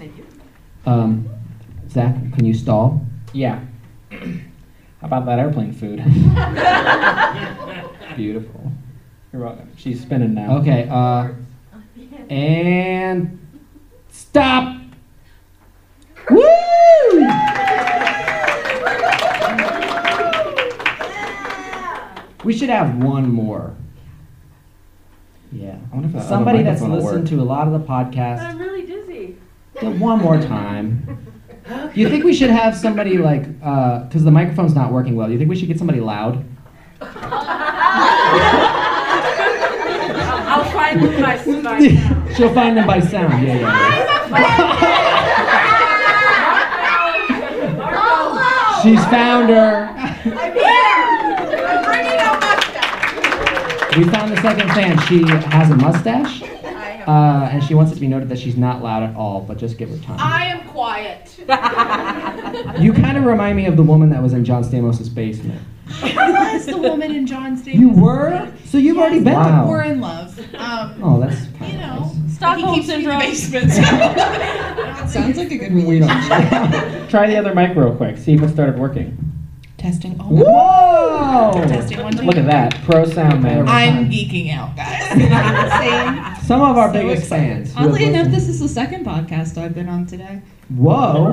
Speaker 1: Thank you.
Speaker 4: Um, Zach, can you stall?
Speaker 10: Yeah. How about that airplane food?
Speaker 4: Beautiful.
Speaker 10: You're welcome. She's spinning now.
Speaker 4: Okay, uh, and stop. Woo! We should have one more. Yeah.
Speaker 10: I wonder if that other
Speaker 4: Somebody that's
Speaker 10: microphone will
Speaker 4: listened to a lot of the podcast.
Speaker 11: I'm really dizzy.
Speaker 4: Get one more time. You think we should have somebody like, because the microphone's not working well. You think we should get somebody loud?
Speaker 11: I'll find my
Speaker 4: She'll find them by sound. Yeah, yeah. yeah. She's found her.
Speaker 12: I'm here. I'm bringing out mustache.
Speaker 4: We found the second fan. She has a mustache,
Speaker 12: I have.
Speaker 4: uh, and she wants it to be noted that she's not loud at all, but just give her time.
Speaker 12: I am quiet.
Speaker 4: You kind of remind me of the woman that was in John Stamos' basement.
Speaker 11: I was the woman in John's name.
Speaker 4: You were? So you've already been?
Speaker 10: Wow.
Speaker 11: We're in love. Um,
Speaker 4: Oh, that's kind
Speaker 11: you
Speaker 4: of
Speaker 11: know,
Speaker 4: nice.
Speaker 1: Stockholm
Speaker 11: he keeps
Speaker 1: syndrome.
Speaker 11: Me in the basement. so- I don't think
Speaker 3: Sounds
Speaker 11: it's-
Speaker 3: like a good relationship.
Speaker 10: Try the other mic real quick. See if it started working.
Speaker 3: Testing. Oh,
Speaker 4: Whoa!
Speaker 3: testing one, two.
Speaker 10: Look at that. Pro sound man.
Speaker 11: I'm geeking out, guys.
Speaker 4: Some of our
Speaker 3: So
Speaker 4: biggest
Speaker 3: excited.
Speaker 4: fans. who have
Speaker 3: Oddly enough,
Speaker 4: listened-
Speaker 3: this is the second podcast I've been on today.
Speaker 4: Whoa!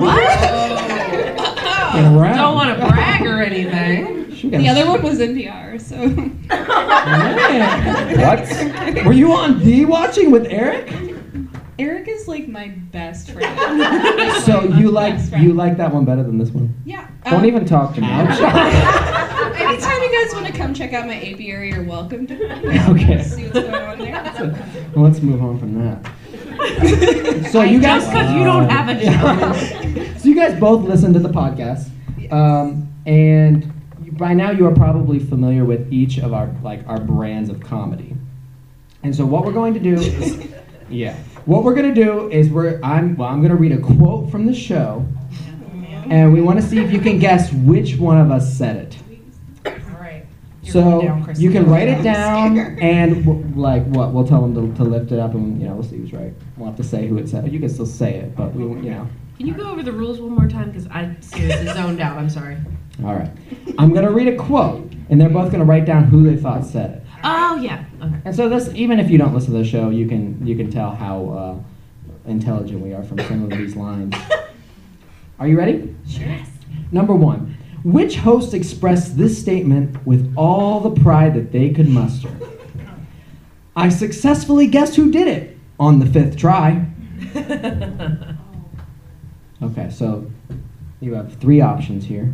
Speaker 4: Fucking around.
Speaker 1: Don't want to brag or anything.
Speaker 4: She got
Speaker 3: The
Speaker 4: a-
Speaker 3: other one was NPR, so
Speaker 4: Man. What? Were you on the watching with Eric?
Speaker 3: Eric is like my best friend.
Speaker 4: So
Speaker 3: My
Speaker 4: you like
Speaker 3: best friend.
Speaker 4: you like that one better than this one?
Speaker 3: Yeah.
Speaker 10: Don't
Speaker 3: um,
Speaker 10: even talk to me.
Speaker 3: Anytime you guys want to come check out my apiary, you're welcome to.
Speaker 4: Okay.
Speaker 3: See what's going on there.
Speaker 4: Well, let's move on from that. So you guys,
Speaker 1: Just 'cause you don't have a
Speaker 4: job. so you guys both listen to the podcast, um, and you- by now you are probably familiar with each of our like our brands of comedy. And so what we're going to do is, yeah, what we're going to do is we're I'm well I'm going to read a quote from the show, and we want to see if you can guess which one of us said it. So you can write it down and w- like what we'll tell them to, to lift it up and you know we'll see who's right. We'll have to say who it said. You can still say it, but we won't, you know.
Speaker 1: Can you go over the rules one more time? Because I seriously zoned out. I'm sorry.
Speaker 4: All right, I'm gonna read a quote and they're both gonna write down who they thought said it.
Speaker 1: Oh yeah. Okay.
Speaker 4: And so this, even if you don't listen to the show, you can you can tell how uh, intelligent we are from some of these lines. Are you ready? Sure. Number one, which host expressed this statement with all the pride that they could muster? I successfully guessed who did it. on the fifth try.
Speaker 1: That's
Speaker 4: Okay, so you have three options here.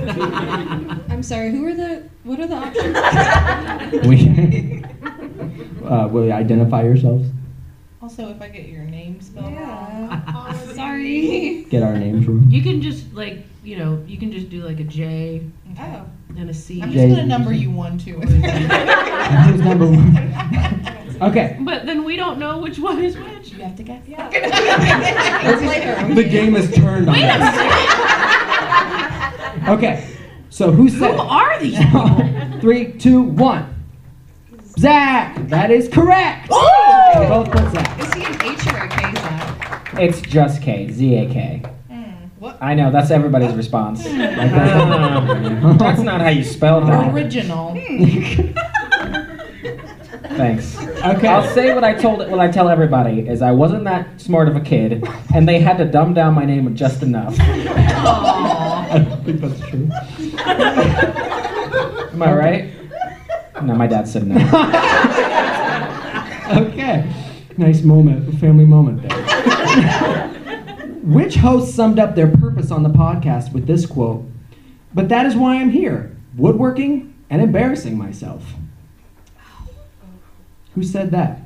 Speaker 3: I'm sorry, who are the, what are the options?
Speaker 4: We, uh, will you identify yourselves?
Speaker 11: Also, if I get your name spelled wrong.
Speaker 3: Yeah. Sorry.
Speaker 4: Get our names wrong.
Speaker 1: You can just like you know you can just do like a J
Speaker 11: Oh,
Speaker 1: and a C.
Speaker 11: I'm
Speaker 4: Yeah,
Speaker 11: just gonna
Speaker 4: you-
Speaker 11: number you one, two.
Speaker 4: Who's number one? Okay.
Speaker 1: But then we don't know which one is which.
Speaker 11: You have to guess.
Speaker 4: The game is turned on
Speaker 1: Wait a
Speaker 4: us. Okay, so who
Speaker 1: Who
Speaker 4: said? it?
Speaker 1: are these people?
Speaker 4: Three, two, one. Zach, that is correct. We both put Zach.
Speaker 3: Is he an H or a K sign?
Speaker 10: It's just K, Z A K.
Speaker 4: Hmm.
Speaker 11: What?
Speaker 10: I know, that's everybody's response. Like,
Speaker 4: Mm.
Speaker 10: that's, that's not how you spell that.
Speaker 11: Original.
Speaker 10: Hmm. Thanks.
Speaker 4: Okay.
Speaker 10: I'll say what I told what I tell everybody is I wasn't that smart of a kid, and they had to dumb down my name just enough.
Speaker 4: I don't think that's true.
Speaker 10: Am I right? No, my dad said no.
Speaker 4: Okay. Nice moment, family moment there. Which host summed up their purpose on the podcast with this quote? But that is why I'm here, woodworking and embarrassing myself. Who said that?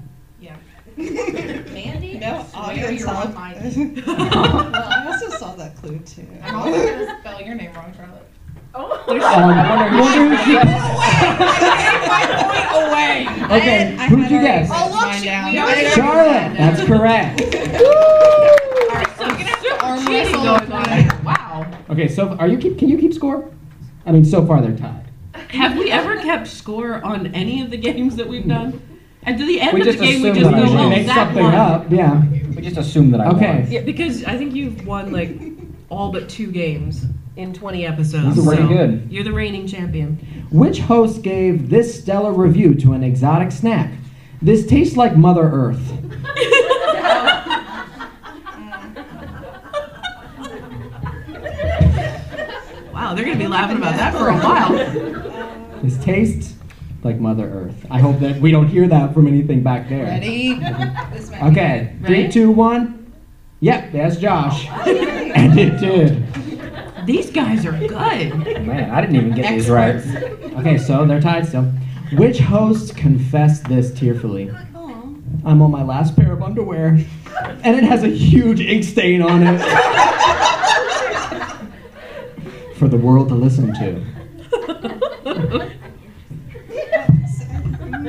Speaker 12: Mandy?
Speaker 11: No, audio solid. Well, I also saw that clue too. I'm also gonna spell your name wrong, Charlotte.
Speaker 10: Um, I wonder- wonder who
Speaker 11: Away.
Speaker 4: Okay, who'd you guess?
Speaker 11: Oh, look, we
Speaker 4: Charlotte, that's correct.
Speaker 11: Arm wrestle going on.
Speaker 4: Okay, so are you keep? Can you keep score? I mean, so far they're tied.
Speaker 1: Have we ever kept score on any of the games that we've done? At the end
Speaker 10: We
Speaker 1: of
Speaker 10: just
Speaker 1: the game, we
Speaker 10: assume
Speaker 1: just
Speaker 10: that
Speaker 1: go,
Speaker 10: I won.
Speaker 1: oh,
Speaker 4: make
Speaker 1: that
Speaker 4: something
Speaker 1: one.
Speaker 4: up. Yeah.
Speaker 10: We just assume that I
Speaker 4: Okay.
Speaker 1: Yeah, because I think you've won like all but two games in 20 episodes.
Speaker 10: These are pretty
Speaker 1: so
Speaker 10: good.
Speaker 1: You're the reigning champion.
Speaker 4: Which host gave this stellar review to an exotic snack? This tastes like Mother Earth.
Speaker 1: Wow, they're gonna be laughing about that for a while.
Speaker 4: This tastes like Mother Earth. I hope that we don't hear that from anything back there.
Speaker 11: Ready?
Speaker 4: Okay. Three,
Speaker 1: Right?
Speaker 4: two, one. Yep, that's Josh.
Speaker 3: Oh,
Speaker 4: and it did.
Speaker 1: These guys are good.
Speaker 10: won. Man, I didn't even get these right.
Speaker 4: Okay, so they're tied still. Which host confessed this tearfully?
Speaker 3: Aw.
Speaker 4: I'm on my last pair of underwear, and it has a huge ink stain on it for the world to listen to.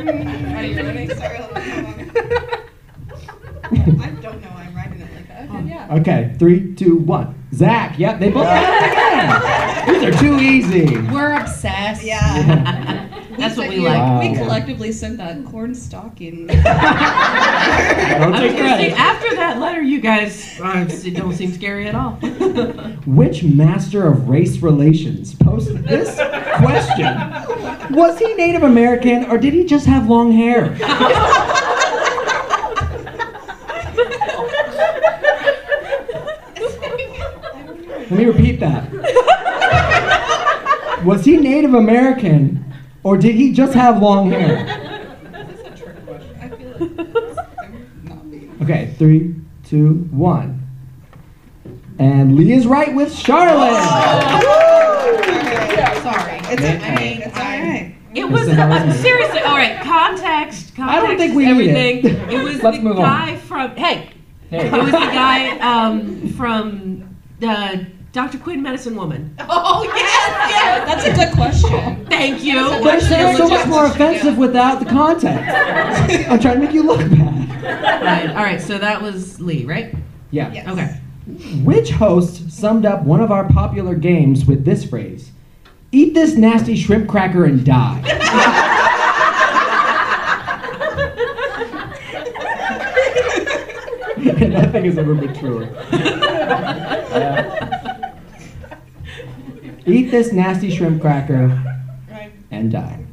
Speaker 11: Are you ready? Sorry, hold on. I don't know why I'm writing it like that. Okay, yeah.
Speaker 4: Okay, three, two, one. Zach, yep, they both got it again. These are too easy.
Speaker 3: We're obsessed.
Speaker 11: Yeah.
Speaker 1: That's what we
Speaker 3: you-
Speaker 1: like.
Speaker 10: Wow.
Speaker 3: We collectively sent that corn stocking.
Speaker 4: Don't
Speaker 1: I was
Speaker 4: take
Speaker 1: gonna say,
Speaker 4: credit.
Speaker 1: after that letter, you guys uh, don't seem scary at all.
Speaker 4: Which master of race relations posted this question? Was he Native American or did he just have long hair? Let me repeat that. Was he Native American or did he just have long hair?
Speaker 11: I feel like I'm not being.
Speaker 4: Okay, three, two, one. And Lee is right with Charlotte.
Speaker 11: Sorry. It's okay. I mean, it's all right.
Speaker 1: It was
Speaker 4: Listen, I
Speaker 1: uh,
Speaker 4: wasn't-
Speaker 1: seriously all right. Context, context.
Speaker 4: I don't think we need
Speaker 1: everything.
Speaker 4: it.
Speaker 1: was
Speaker 10: Let's
Speaker 1: the
Speaker 10: move on.
Speaker 1: guy from hey,
Speaker 10: Hey.
Speaker 1: it was the guy um, from uh, Dr. Quinn, Medicine Woman.
Speaker 11: Oh, yes, yes.
Speaker 3: That's a good question.
Speaker 1: Thank you.
Speaker 4: They're saying so much more offensive without the context. I'm trying to make you look bad.
Speaker 1: Right, All right, so that was Lee, right?
Speaker 4: Yeah.
Speaker 11: Yes.
Speaker 1: Okay.
Speaker 4: Which host summed up one of our popular games with this phrase? Eat this nasty shrimp cracker and die. Nothing has ever been truer. Eat this nasty shrimp cracker
Speaker 11: Right.
Speaker 4: and die.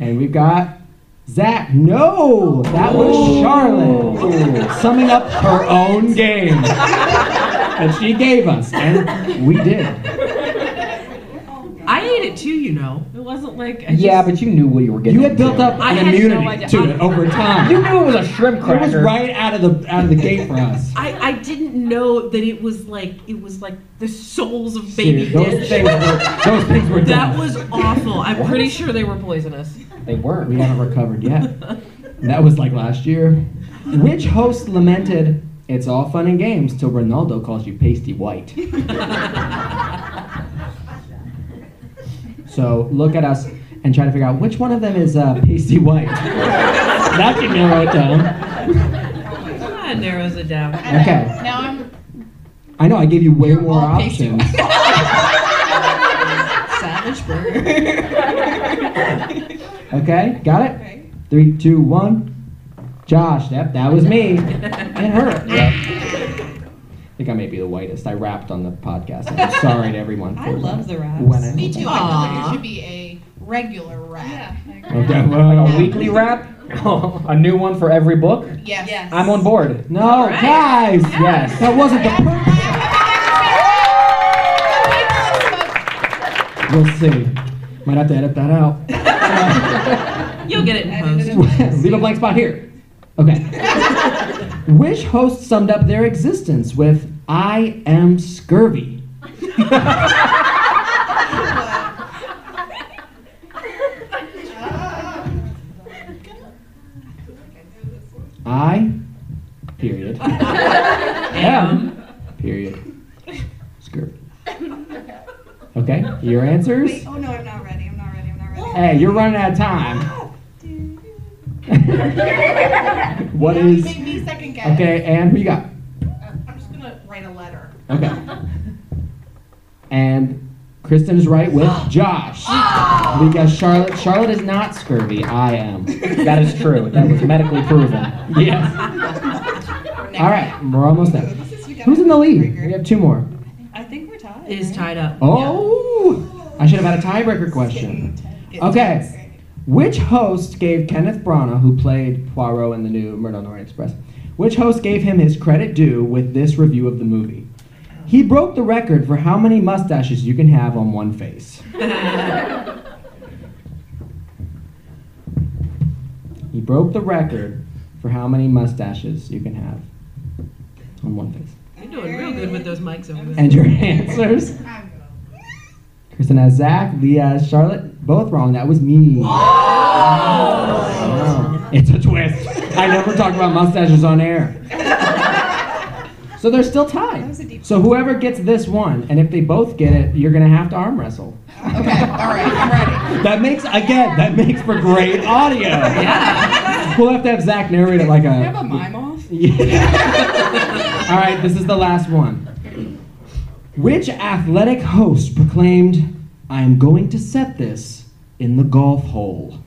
Speaker 4: And we've got Zach. No, that was Charlotte summing up her own game that she gave us, and we did.
Speaker 1: I ate it too, you know. It wasn't like I
Speaker 10: yeah,
Speaker 1: just-
Speaker 10: but you knew what you were getting.
Speaker 4: You had built
Speaker 10: into.
Speaker 4: up
Speaker 1: I
Speaker 4: an
Speaker 1: had no
Speaker 4: immunity
Speaker 1: idea.
Speaker 4: to it over time.
Speaker 10: You knew it was a shrimp
Speaker 4: it
Speaker 10: cracker.
Speaker 4: was right out of the out of the gate for us.
Speaker 1: I, I didn't know that it was like it was like the souls of baby
Speaker 4: Dude, those
Speaker 1: dish.
Speaker 4: things were those things were
Speaker 1: that
Speaker 4: done.
Speaker 1: was awful. I'm pretty sure they were poisonous.
Speaker 10: They were.
Speaker 4: we haven't recovered yet. That was like last year. Which host lamented, "It's all fun and games till Ronaldo calls you pasty white." so look at us and try to figure out which one of them is uh, pasty white. that you narrow it down.
Speaker 1: That narrows it down.
Speaker 11: And then-
Speaker 4: Okay.
Speaker 11: Now I'm
Speaker 4: I know I gave you way more
Speaker 11: all pasty
Speaker 4: options.
Speaker 11: savage burger.
Speaker 4: Okay, got it. Three, two, one. Josh, that that was me. It hurt. I think I may be the whitest. I rapped on the podcast. I'm sorry to everyone.
Speaker 3: I
Speaker 4: for
Speaker 3: love
Speaker 4: that.
Speaker 3: the raps.
Speaker 4: When I-
Speaker 11: Me too. I feel like
Speaker 1: Aw.
Speaker 11: it should be a regular rap.
Speaker 4: Okay,
Speaker 10: Like
Speaker 4: well,
Speaker 10: a weekly wrap, a new one for every book.
Speaker 11: Yes.
Speaker 3: Yes.
Speaker 10: I'm on board.
Speaker 4: No,
Speaker 1: All right.
Speaker 4: guys.
Speaker 10: Yes.
Speaker 4: That wasn't the purpose. We'll see. Might have to edit that out.
Speaker 1: You'll get it in post.
Speaker 4: Leave a blank spot here. Okay. Which host summed up their existence with "I am scurvy"?
Speaker 3: Oh,
Speaker 4: I, period, am, period, scurvy. Okay, your answers.
Speaker 3: Wait, oh no, I'm not ready. I'm not ready. I'm not ready.
Speaker 4: Hey, you're running out of time. what
Speaker 11: Now you
Speaker 4: is?
Speaker 11: made me second guess.
Speaker 4: Okay, and who you got?
Speaker 11: I'm just gonna write a letter.
Speaker 4: Okay. And Kristen is right with Josh. Because Charlotte, Charlotte is not scurvy. I am.
Speaker 10: That is true. That was medically proven.
Speaker 4: Yes. All right, we're almost there. Who's in the lead? We have two more.
Speaker 3: I think we're tied.
Speaker 1: It is tied up.
Speaker 4: Oh, I should have had a tiebreaker question. Okay. Which host gave Kenneth Branagh, who played Poirot in the new Murder on the Orient Express, which host gave him his credit due with this review of the movie? He broke the record for how many mustaches you can have on one face. He broke the record for how many mustaches you can have on one face.
Speaker 1: You're doing real good with those mics over there.
Speaker 4: And your answers?
Speaker 11: I'm gonna.
Speaker 4: Kristen has Zach, Leah has Charlotte. Both wrong. That was me. Wow. It's a twist. I never talk about mustaches on air. So they're still tied.
Speaker 3: was a deep-
Speaker 4: So whoever gets this one, and if they both get it, you're gonna have to arm wrestle.
Speaker 11: Okay. All right. I'm ready.
Speaker 4: That makes again. That makes for great audio. We'll have to have Zach narrate it like
Speaker 11: Can I have a
Speaker 4: a.
Speaker 11: mime off?
Speaker 4: Yeah. All right, this is the last one. Which athletic host proclaimed, "I am going to set this in the golf hole."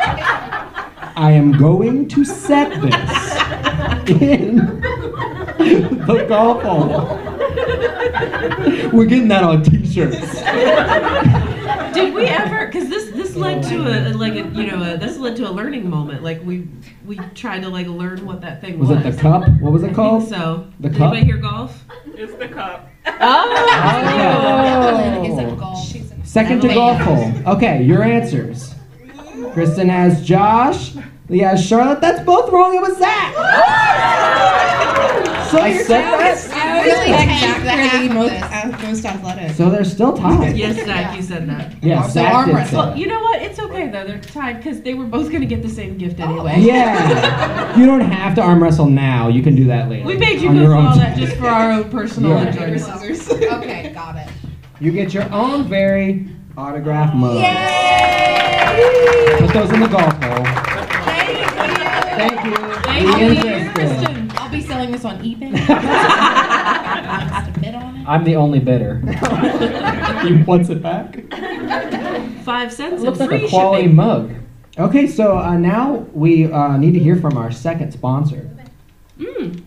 Speaker 4: I am going to set this in the golf hole. We're getting that on t-shirts.
Speaker 1: Did we ever? Because this this led to a a- like a you know a, this led to a learning moment. Like we we tried to like learn what that thing was.
Speaker 4: Was it the cup? What was it
Speaker 1: I think
Speaker 4: called?
Speaker 1: so.
Speaker 4: The
Speaker 1: Did
Speaker 4: cup?
Speaker 1: Anybody hear golf?
Speaker 5: It's the cup.
Speaker 4: Oh. Second to golf hole. Okay, your answers. Kristen has Josh. Leah has Charlotte. That's both wrong. It was Zach. so
Speaker 11: I
Speaker 4: you're
Speaker 11: said
Speaker 4: tied.
Speaker 11: that? I was
Speaker 3: Really
Speaker 11: like,
Speaker 3: tanked
Speaker 11: the half
Speaker 3: for the
Speaker 11: of
Speaker 3: most,
Speaker 11: this.
Speaker 3: uh, most athletic.
Speaker 4: So they're still tied.
Speaker 1: Yes, Zach, you said that.
Speaker 4: Yeah,
Speaker 11: So
Speaker 4: Zach
Speaker 11: arm
Speaker 4: did
Speaker 11: wrestle.
Speaker 4: say
Speaker 1: Well, you know what? It's okay though. They're tied because they were both gonna get the same gift anyway.
Speaker 4: that. Yeah. You don't have to arm wrestle now. You can do that later.
Speaker 1: We made you
Speaker 4: on
Speaker 1: go
Speaker 4: your
Speaker 1: through
Speaker 4: own
Speaker 1: all that
Speaker 4: time.
Speaker 1: just for our own personal
Speaker 4: Yeah.
Speaker 11: Paper,
Speaker 1: enjoyment.
Speaker 11: scissors. Okay. Got it.
Speaker 4: You get your own very autograph mug. Put those in the golf hole. Thank you.
Speaker 1: Thank
Speaker 4: Be
Speaker 1: you,
Speaker 4: interested.
Speaker 1: Kristen.
Speaker 11: I'll be selling this on eBay. Just a bid on it.
Speaker 10: I'm the only bidder.
Speaker 4: He wants it back.
Speaker 1: Five cents and
Speaker 10: Looks like
Speaker 1: free
Speaker 10: a quality
Speaker 1: shipping.
Speaker 10: mug.
Speaker 4: Okay, so uh, now we uh, need to hear from our second sponsor.
Speaker 1: Mm.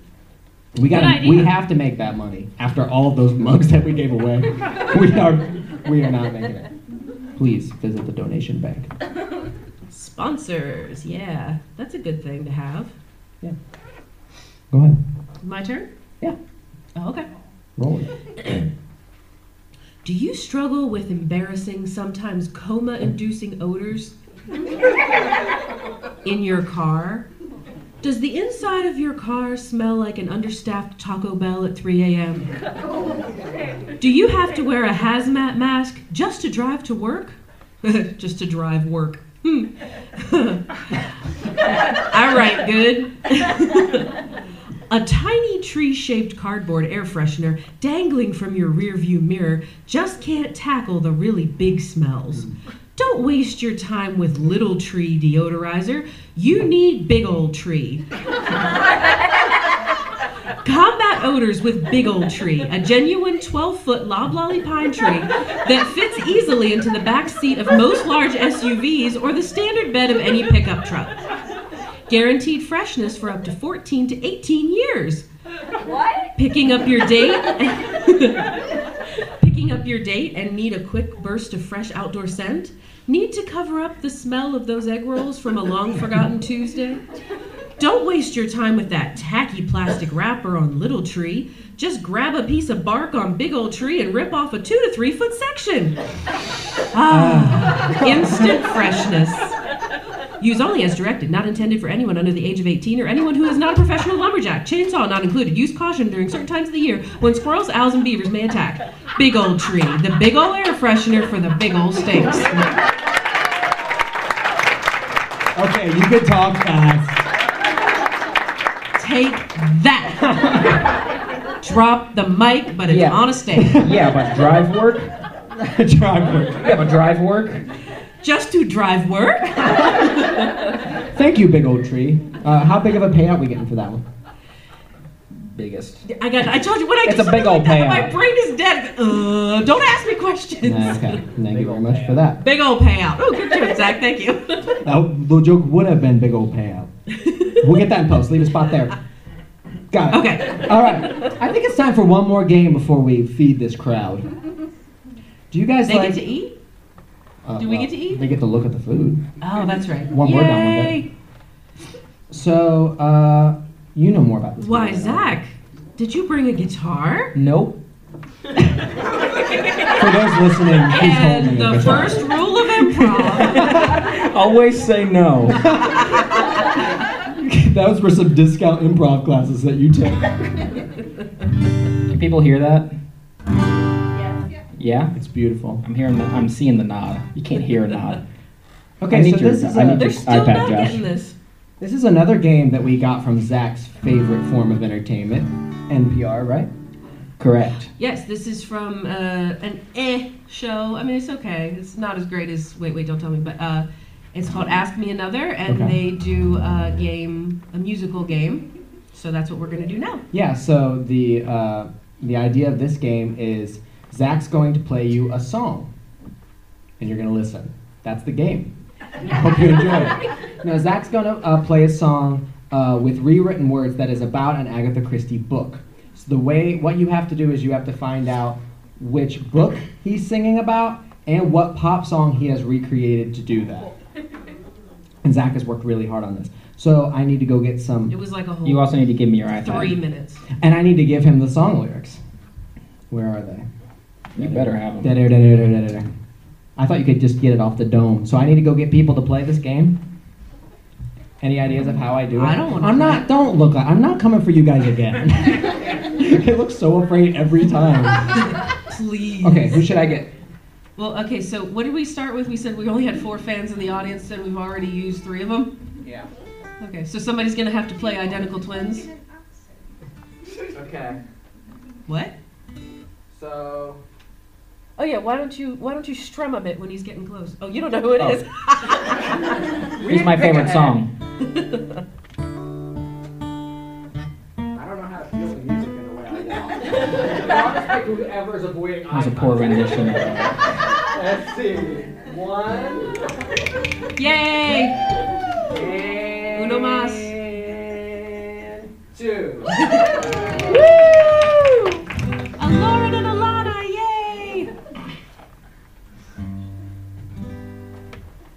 Speaker 4: We got
Speaker 1: Good idea.
Speaker 4: we have to make that money after all of those mugs that we gave away. we are we are not making it. Please visit the donation bank.
Speaker 1: Sponsors, yeah, that's a good thing to have.
Speaker 4: Go ahead,
Speaker 1: My turn.
Speaker 4: Yeah.
Speaker 1: Oh, okay.
Speaker 4: roll it.
Speaker 1: Do, Do you struggle with embarrassing, sometimes coma inducing odors in your car? Does the inside of your car smell like an understaffed Taco Bell at 3 a.m.? Do you have to wear a hazmat mask just to drive to work? just to drive work. Hmm. All right, good. a tiny tree shaped cardboard air freshener dangling from your rearview mirror just can't tackle the really big smells. Don't waste your time with little tree deodorizer. You need big old tree. Combat odors with Big Old Tree, a genuine 12 foot loblolly pine tree that fits easily into the back seat of most large SUVs or the standard bed of any pickup truck. Guaranteed freshness for up to 14 to 18 years.
Speaker 12: What?
Speaker 1: Picking up your date. Picking up your date and need a quick burst of fresh outdoor scent? Need to cover up the smell of those egg rolls from a long forgotten Tuesday? Don't waste your time with that tacky plastic wrapper on Little Tree. Just grab a piece of bark on Big Old Tree and rip off a two to three foot section. Ah, instant freshness. Use only as directed, not intended for anyone under the age of 18 or anyone who is not a professional lumberjack. Chainsaw not included. Use caution during certain times of the year when squirrels, owls, and beavers may attack. Big Old Tree, the big old air freshener for the big old stinks.
Speaker 4: Okay, you could talk fast.
Speaker 1: Take that. Drop the mic, but it's
Speaker 10: Yeah.
Speaker 1: on a stand.
Speaker 10: yeah, but drive work.
Speaker 4: Driver.
Speaker 10: Yeah, but drive work.
Speaker 1: Just to drive work?
Speaker 4: Thank you, big old tree. Uh, how big of a payout we getting for that one?
Speaker 10: Biggest.
Speaker 1: I got. I told you when I
Speaker 10: It's
Speaker 1: do
Speaker 10: a big
Speaker 1: something
Speaker 10: old
Speaker 1: like that,
Speaker 10: payout.
Speaker 1: My brain is dead. Uh, don't ask me questions.
Speaker 4: Nah, okay. Thank you very much for that.
Speaker 1: Big old payout. Oh, good job, Zach. Thank you.
Speaker 4: That the joke would have been big old payout. We'll get that in post. Leave a spot there. Got it.
Speaker 1: Okay.
Speaker 4: All right. I think it's time for one more game before we feed this crowd. Do you guys
Speaker 1: They
Speaker 4: like?
Speaker 1: get to eat.
Speaker 4: uh,
Speaker 1: do we get to eat?
Speaker 4: They get to look at the food.
Speaker 1: Oh, that's right.
Speaker 4: One
Speaker 1: Yay.
Speaker 4: word down with So, uh, you know more about this.
Speaker 1: Why,
Speaker 4: game than I
Speaker 1: Zach? Did you bring a guitar?
Speaker 4: do. Nope. for those listening, please hold me.
Speaker 1: and the
Speaker 4: if you're-
Speaker 1: first rule of improv.
Speaker 10: Always say no.
Speaker 4: Those were some discount improv classes that you took.
Speaker 10: Do people hear that?
Speaker 12: Yes.
Speaker 10: Yeah.
Speaker 4: It's beautiful.
Speaker 10: I'm hearing. The, I'm seeing the nod. You can't hear a nod.
Speaker 4: Okay,
Speaker 10: I need
Speaker 4: so
Speaker 10: your-
Speaker 4: this is
Speaker 10: I
Speaker 4: a-
Speaker 10: need your
Speaker 1: They're still
Speaker 10: iPad,
Speaker 1: not
Speaker 10: Josh.
Speaker 1: getting this.
Speaker 4: This is another game that we got from Zach's favorite form of entertainment, NPR, right?
Speaker 10: Correct.
Speaker 1: Yes, this is from uh, an eh show. I mean, it's okay. It's not as great as Wait, Wait, Don't Tell Me, but uh, it's called Ask Me Another, and
Speaker 4: Okay.
Speaker 1: they do a game, a musical game. So that's what we're gonna do now.
Speaker 4: Yeah. So the uh, the idea of this game is Zach's going to play you a song, and you're going to listen. That's the game. Hope you enjoy it. Now Zach's going to uh, play a song uh, with rewritten words that is about an Agatha Christie book. So the way what you have to do is you have to find out which book he's singing about and what pop song he has recreated to do that. And Zach has worked really hard on this. So I need to go get some
Speaker 1: It was like a whole
Speaker 10: You also need to give me your iPad.
Speaker 1: three minutes.
Speaker 4: and I need to give him the song lyrics. Where are they?
Speaker 10: You better have them.
Speaker 4: Da-da, da-da, da-da, da-da. I thought you could just get it off the dome. So I need to go get people to play this game. Any ideas of how I do it?
Speaker 1: I don't wanna
Speaker 4: I'm
Speaker 1: play
Speaker 4: not. Don't look. like- I'm not coming for you guys again. they look so afraid every time.
Speaker 1: Please.
Speaker 4: Okay, who should I get?
Speaker 1: Well, okay. So what did we start with? We said we only had four fans in the audience, and we've already used three of them.
Speaker 5: Yeah.
Speaker 1: Okay. So somebody's gonna have to play Identical Twins.
Speaker 2: Okay,
Speaker 1: What?
Speaker 2: so.
Speaker 1: Oh yeah. Why don't you Why don't you strum a bit when he's getting close? Oh, you don't know who it
Speaker 10: Oh.
Speaker 1: is.
Speaker 10: Here's my favorite song.
Speaker 2: I don't know how to feel the music in the way I know. I'll just pick whoever is avoiding
Speaker 10: That was a
Speaker 2: eye
Speaker 10: poor
Speaker 2: contact.
Speaker 10: rendition. of that.
Speaker 2: Let's see. One.
Speaker 1: Yay!
Speaker 2: And
Speaker 1: Uno mas.
Speaker 2: Two.
Speaker 1: A Lauren and Alana, yay!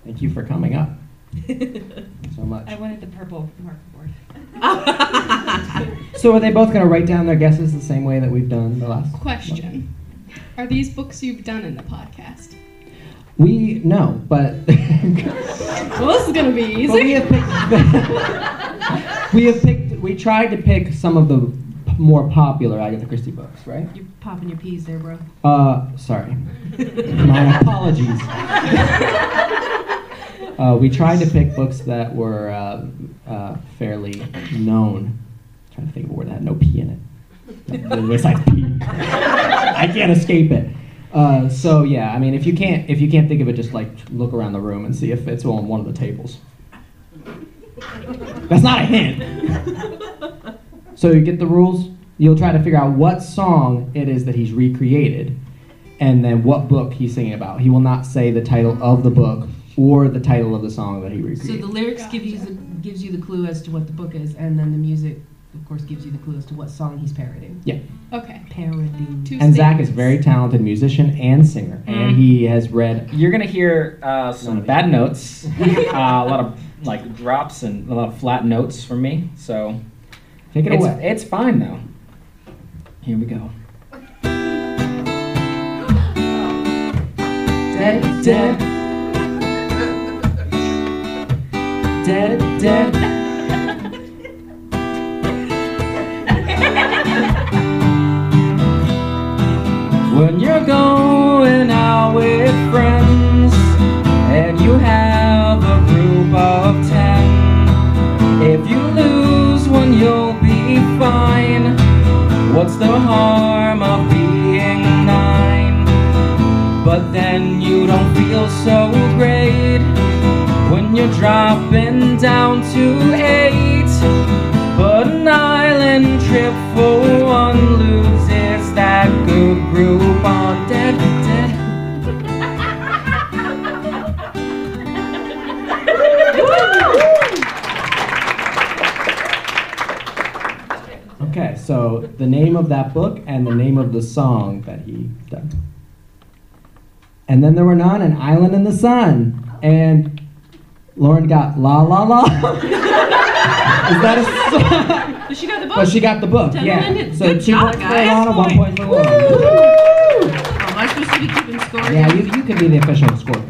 Speaker 4: Thank you for coming up so much.
Speaker 3: I wanted the purple marker board.
Speaker 4: So are they both going to write down their guesses the same way that we've done the last?
Speaker 3: Question.
Speaker 14: Are these books you've done in the podcast?
Speaker 4: We no, but
Speaker 14: Well, this is gonna be easy.
Speaker 4: But we have we have picked. We tried to pick some of the p- more popular Agatha Christie books, right?
Speaker 1: You're popping your peas there, bro.
Speaker 4: Uh, sorry, my apologies. Uh, we tried to pick books that were uh, uh, fairly known. I'm trying to think of a word that had no P in it. Besides P, I can't escape it. Uh, so yeah, I mean, if you can't if you can't think of it, just like look around the room and see if it's on one of the tables. That's not a hint. So you get the rules. You'll try to figure out what song it is that he's recreated, and then what book he's singing about. He will not say the title of the book or the title of the song that he
Speaker 1: So
Speaker 4: recreated.
Speaker 1: the lyrics give you the, gives you the clue as to what the book is, and then the music, of course, gives you the clue as to what song he's parodying.
Speaker 4: yeah.
Speaker 14: Okay.
Speaker 1: Parodying.
Speaker 14: Two
Speaker 4: And Zach is Mm. a very talented musician and singer, and he has read.
Speaker 10: You're gonna hear uh, some bad notes, uh, a lot of like drops and a lot of flat notes from me. So
Speaker 4: Take it
Speaker 10: it's,
Speaker 4: away.
Speaker 10: It's fine though. Here we go.
Speaker 4: Dead, dead. Dead, dead.
Speaker 10: When you're going out with friends and you have a group of ten, if you lose one, you'll be fine. What's the harm of being nine? But then you don't feel so great when you're dropping down to eight. But an island trip for one loses that good group on dead, dead.
Speaker 4: Okay, so the name of that book and the name of the song that he done. And then there were none, an island in the sun, and Lauren got la la la. Is that a song?
Speaker 1: But she got the book.
Speaker 4: But she got the book,
Speaker 1: Ten
Speaker 4: yeah.
Speaker 1: minutes.
Speaker 4: So
Speaker 1: Good
Speaker 4: two
Speaker 1: job,
Speaker 4: points for
Speaker 1: guys.
Speaker 4: Alana, one point for Lauren.
Speaker 1: Oh, am I supposed to be keeping score?
Speaker 4: Yeah, you, you could be the official score.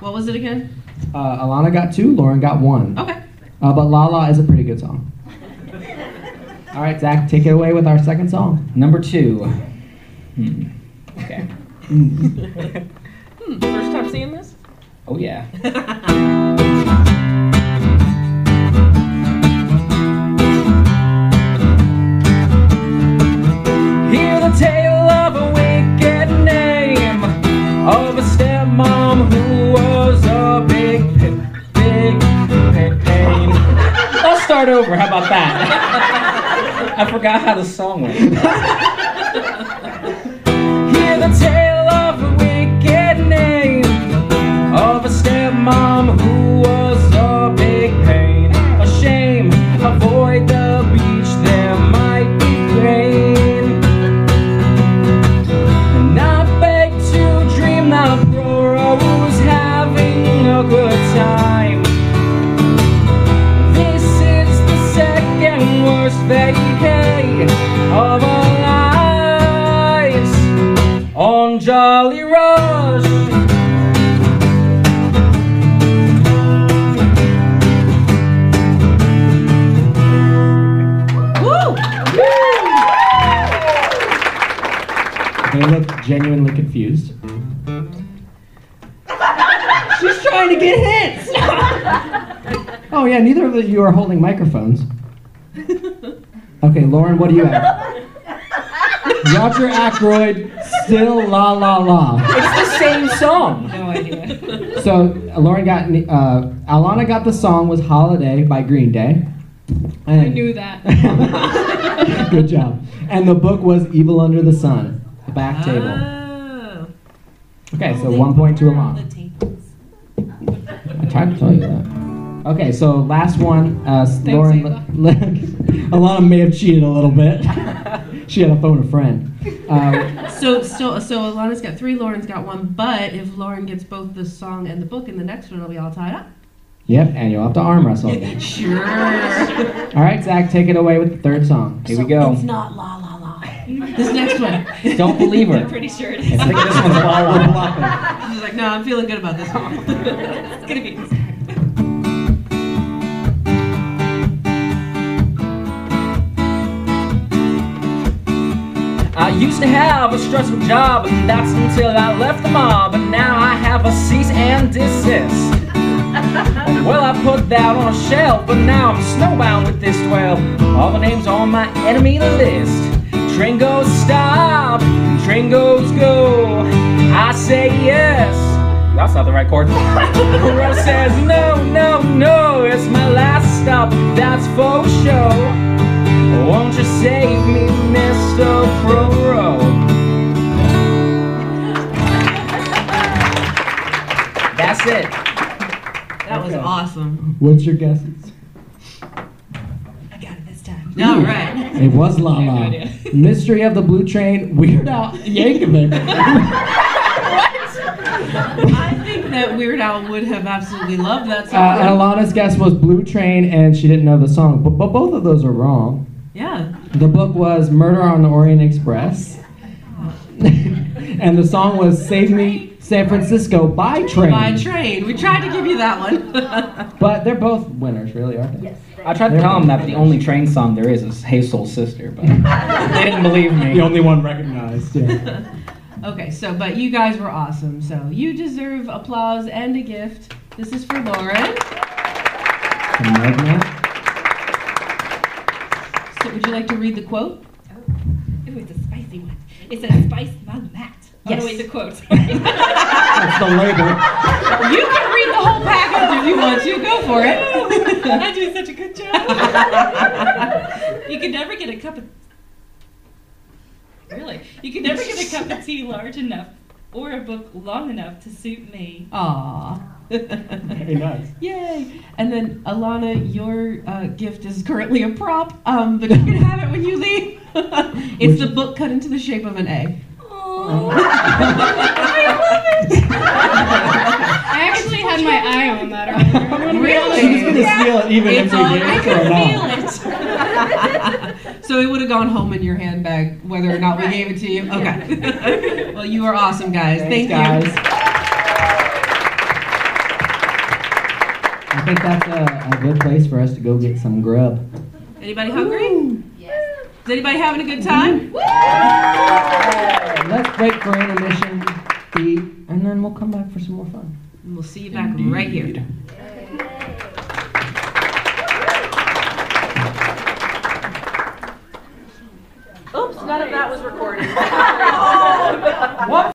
Speaker 1: What was it again?
Speaker 4: Uh, Alana got two, Lauren got one.
Speaker 1: Okay.
Speaker 4: Uh, but La La is a pretty good song. All right, Zach, take it away with our second song.
Speaker 10: Number two. Hmm. Okay.
Speaker 1: Hmm, First time seeing this?
Speaker 10: Oh yeah. Hear the tale of a wicked name of a stepmom who was a big, big, big pain. Let's start over. How about that? I forgot how the song went. Hear the tale of a wicked name of a stepmom who was a big pain. A shame, avoid the beach, there might be rain. And I beg to dream that Roro was having a good time. This is the second worst vacay of our lives on Jolly Rush.
Speaker 1: Woo!
Speaker 4: They look genuinely confused. She's trying to get hits! oh, yeah, neither of you are holding microphones. Okay, Lauren, what do you have? Roger Ackroyd, still La La La.
Speaker 10: It's the same song.
Speaker 3: No idea.
Speaker 4: So Lauren got, uh, Alana got the song was Holiday by Green Day. And
Speaker 14: I knew that.
Speaker 4: Good job. And the book was Evil Under the Sun, the back
Speaker 14: Ah.
Speaker 4: table.
Speaker 1: Oh.
Speaker 4: Okay, so one point to Alana. I tried to tell you that. Okay, so last one, uh, s-
Speaker 14: Thanks,
Speaker 4: Lauren.
Speaker 14: Ava.
Speaker 4: Le- Alana may have cheated a little bit. she had a phone a friend. Um,
Speaker 1: So, so, so Alana's got three, Lauren's got one, but if Lauren gets both the song and the book in the next one, it'll be all tied up.
Speaker 4: yep, and you'll have to arm wrestle again.
Speaker 1: Sure.
Speaker 4: All right, Zach, take it away with the third song.
Speaker 10: Here we go.
Speaker 1: It's not la la la. This next one.
Speaker 10: Don't believe her.
Speaker 3: I'm pretty sure it is.
Speaker 10: I think this one's follow
Speaker 1: She's like, no, I'm feeling good about this one.
Speaker 3: It's gonna be.
Speaker 10: I used to have a stressful job, and that's until I left the mob. And now I have a cease and desist. Well, I put that on a shelf, but now I'm snowbound with this 12. All the names on my enemy list. Train goes stop, train goes go. I say yes. That's not the right chord. Rose says no, no, no. It's my last stop. That's for show. Won't you save me, Mr. Proro? That's it.
Speaker 1: That was awesome.
Speaker 4: What's your guesses?
Speaker 1: All right.
Speaker 4: It was La La. Mystery of the Blue Train, Weird Al Yankovic.
Speaker 1: I think that Weird Al would have absolutely loved that
Speaker 4: Uh,
Speaker 1: song.
Speaker 4: and Alana's guess was Blue Train, and she didn't know the song. But, but both of those are wrong.
Speaker 1: yeah.
Speaker 4: The book was Murder on the Orient Express. and the song was Save Me San Francisco by Train.
Speaker 1: By train. We tried to give you that one.
Speaker 4: But they're both winners, really, aren't they?
Speaker 10: I tried to tell them that the only train song there is is Hey Soul Sister, but they didn't believe me.
Speaker 4: The only one recognized, yeah.
Speaker 1: okay, so, but you guys were awesome. So you deserve applause and a gift. This is for Lauren.
Speaker 4: From Magna.
Speaker 1: So would you like to read the quote?
Speaker 3: Oh, Ooh, it's a spicy one. It's a spice mug mat. Oh,
Speaker 1: Yes.
Speaker 3: no, wait, the quote.
Speaker 4: That's the label.
Speaker 1: You can read the whole package if you want to. Go for it.
Speaker 3: I do such a good job. you can never get a cup of really. You can never get a cup of tea large enough or a book long enough to suit me.
Speaker 1: Aw.
Speaker 4: Very nice.
Speaker 1: Yay! And then Alana, your uh, gift is currently a prop, um, but you can have it when you leave. it's the book cut into the shape of an egg.
Speaker 14: I actually had my eye on that earlier. I wanna be honest.
Speaker 4: She was gonna steal it even if
Speaker 1: It's
Speaker 4: they
Speaker 1: on- I
Speaker 4: gave it to
Speaker 1: can
Speaker 4: her
Speaker 1: feel
Speaker 4: not.
Speaker 1: so it would have gone home in your handbag, whether or not we gave it to you. Okay. well, you are awesome, guys.
Speaker 4: Thanks,
Speaker 1: Thank
Speaker 4: guys.
Speaker 1: you.
Speaker 4: I think that's a, a good place for us to go get some grub.
Speaker 1: Anybody hungry? Is anybody having a good time?
Speaker 4: Mm-hmm. Let's break for intermission beat, and then we'll come back for some more fun.
Speaker 1: And we'll see you back right here. Oops, none of that was recorded.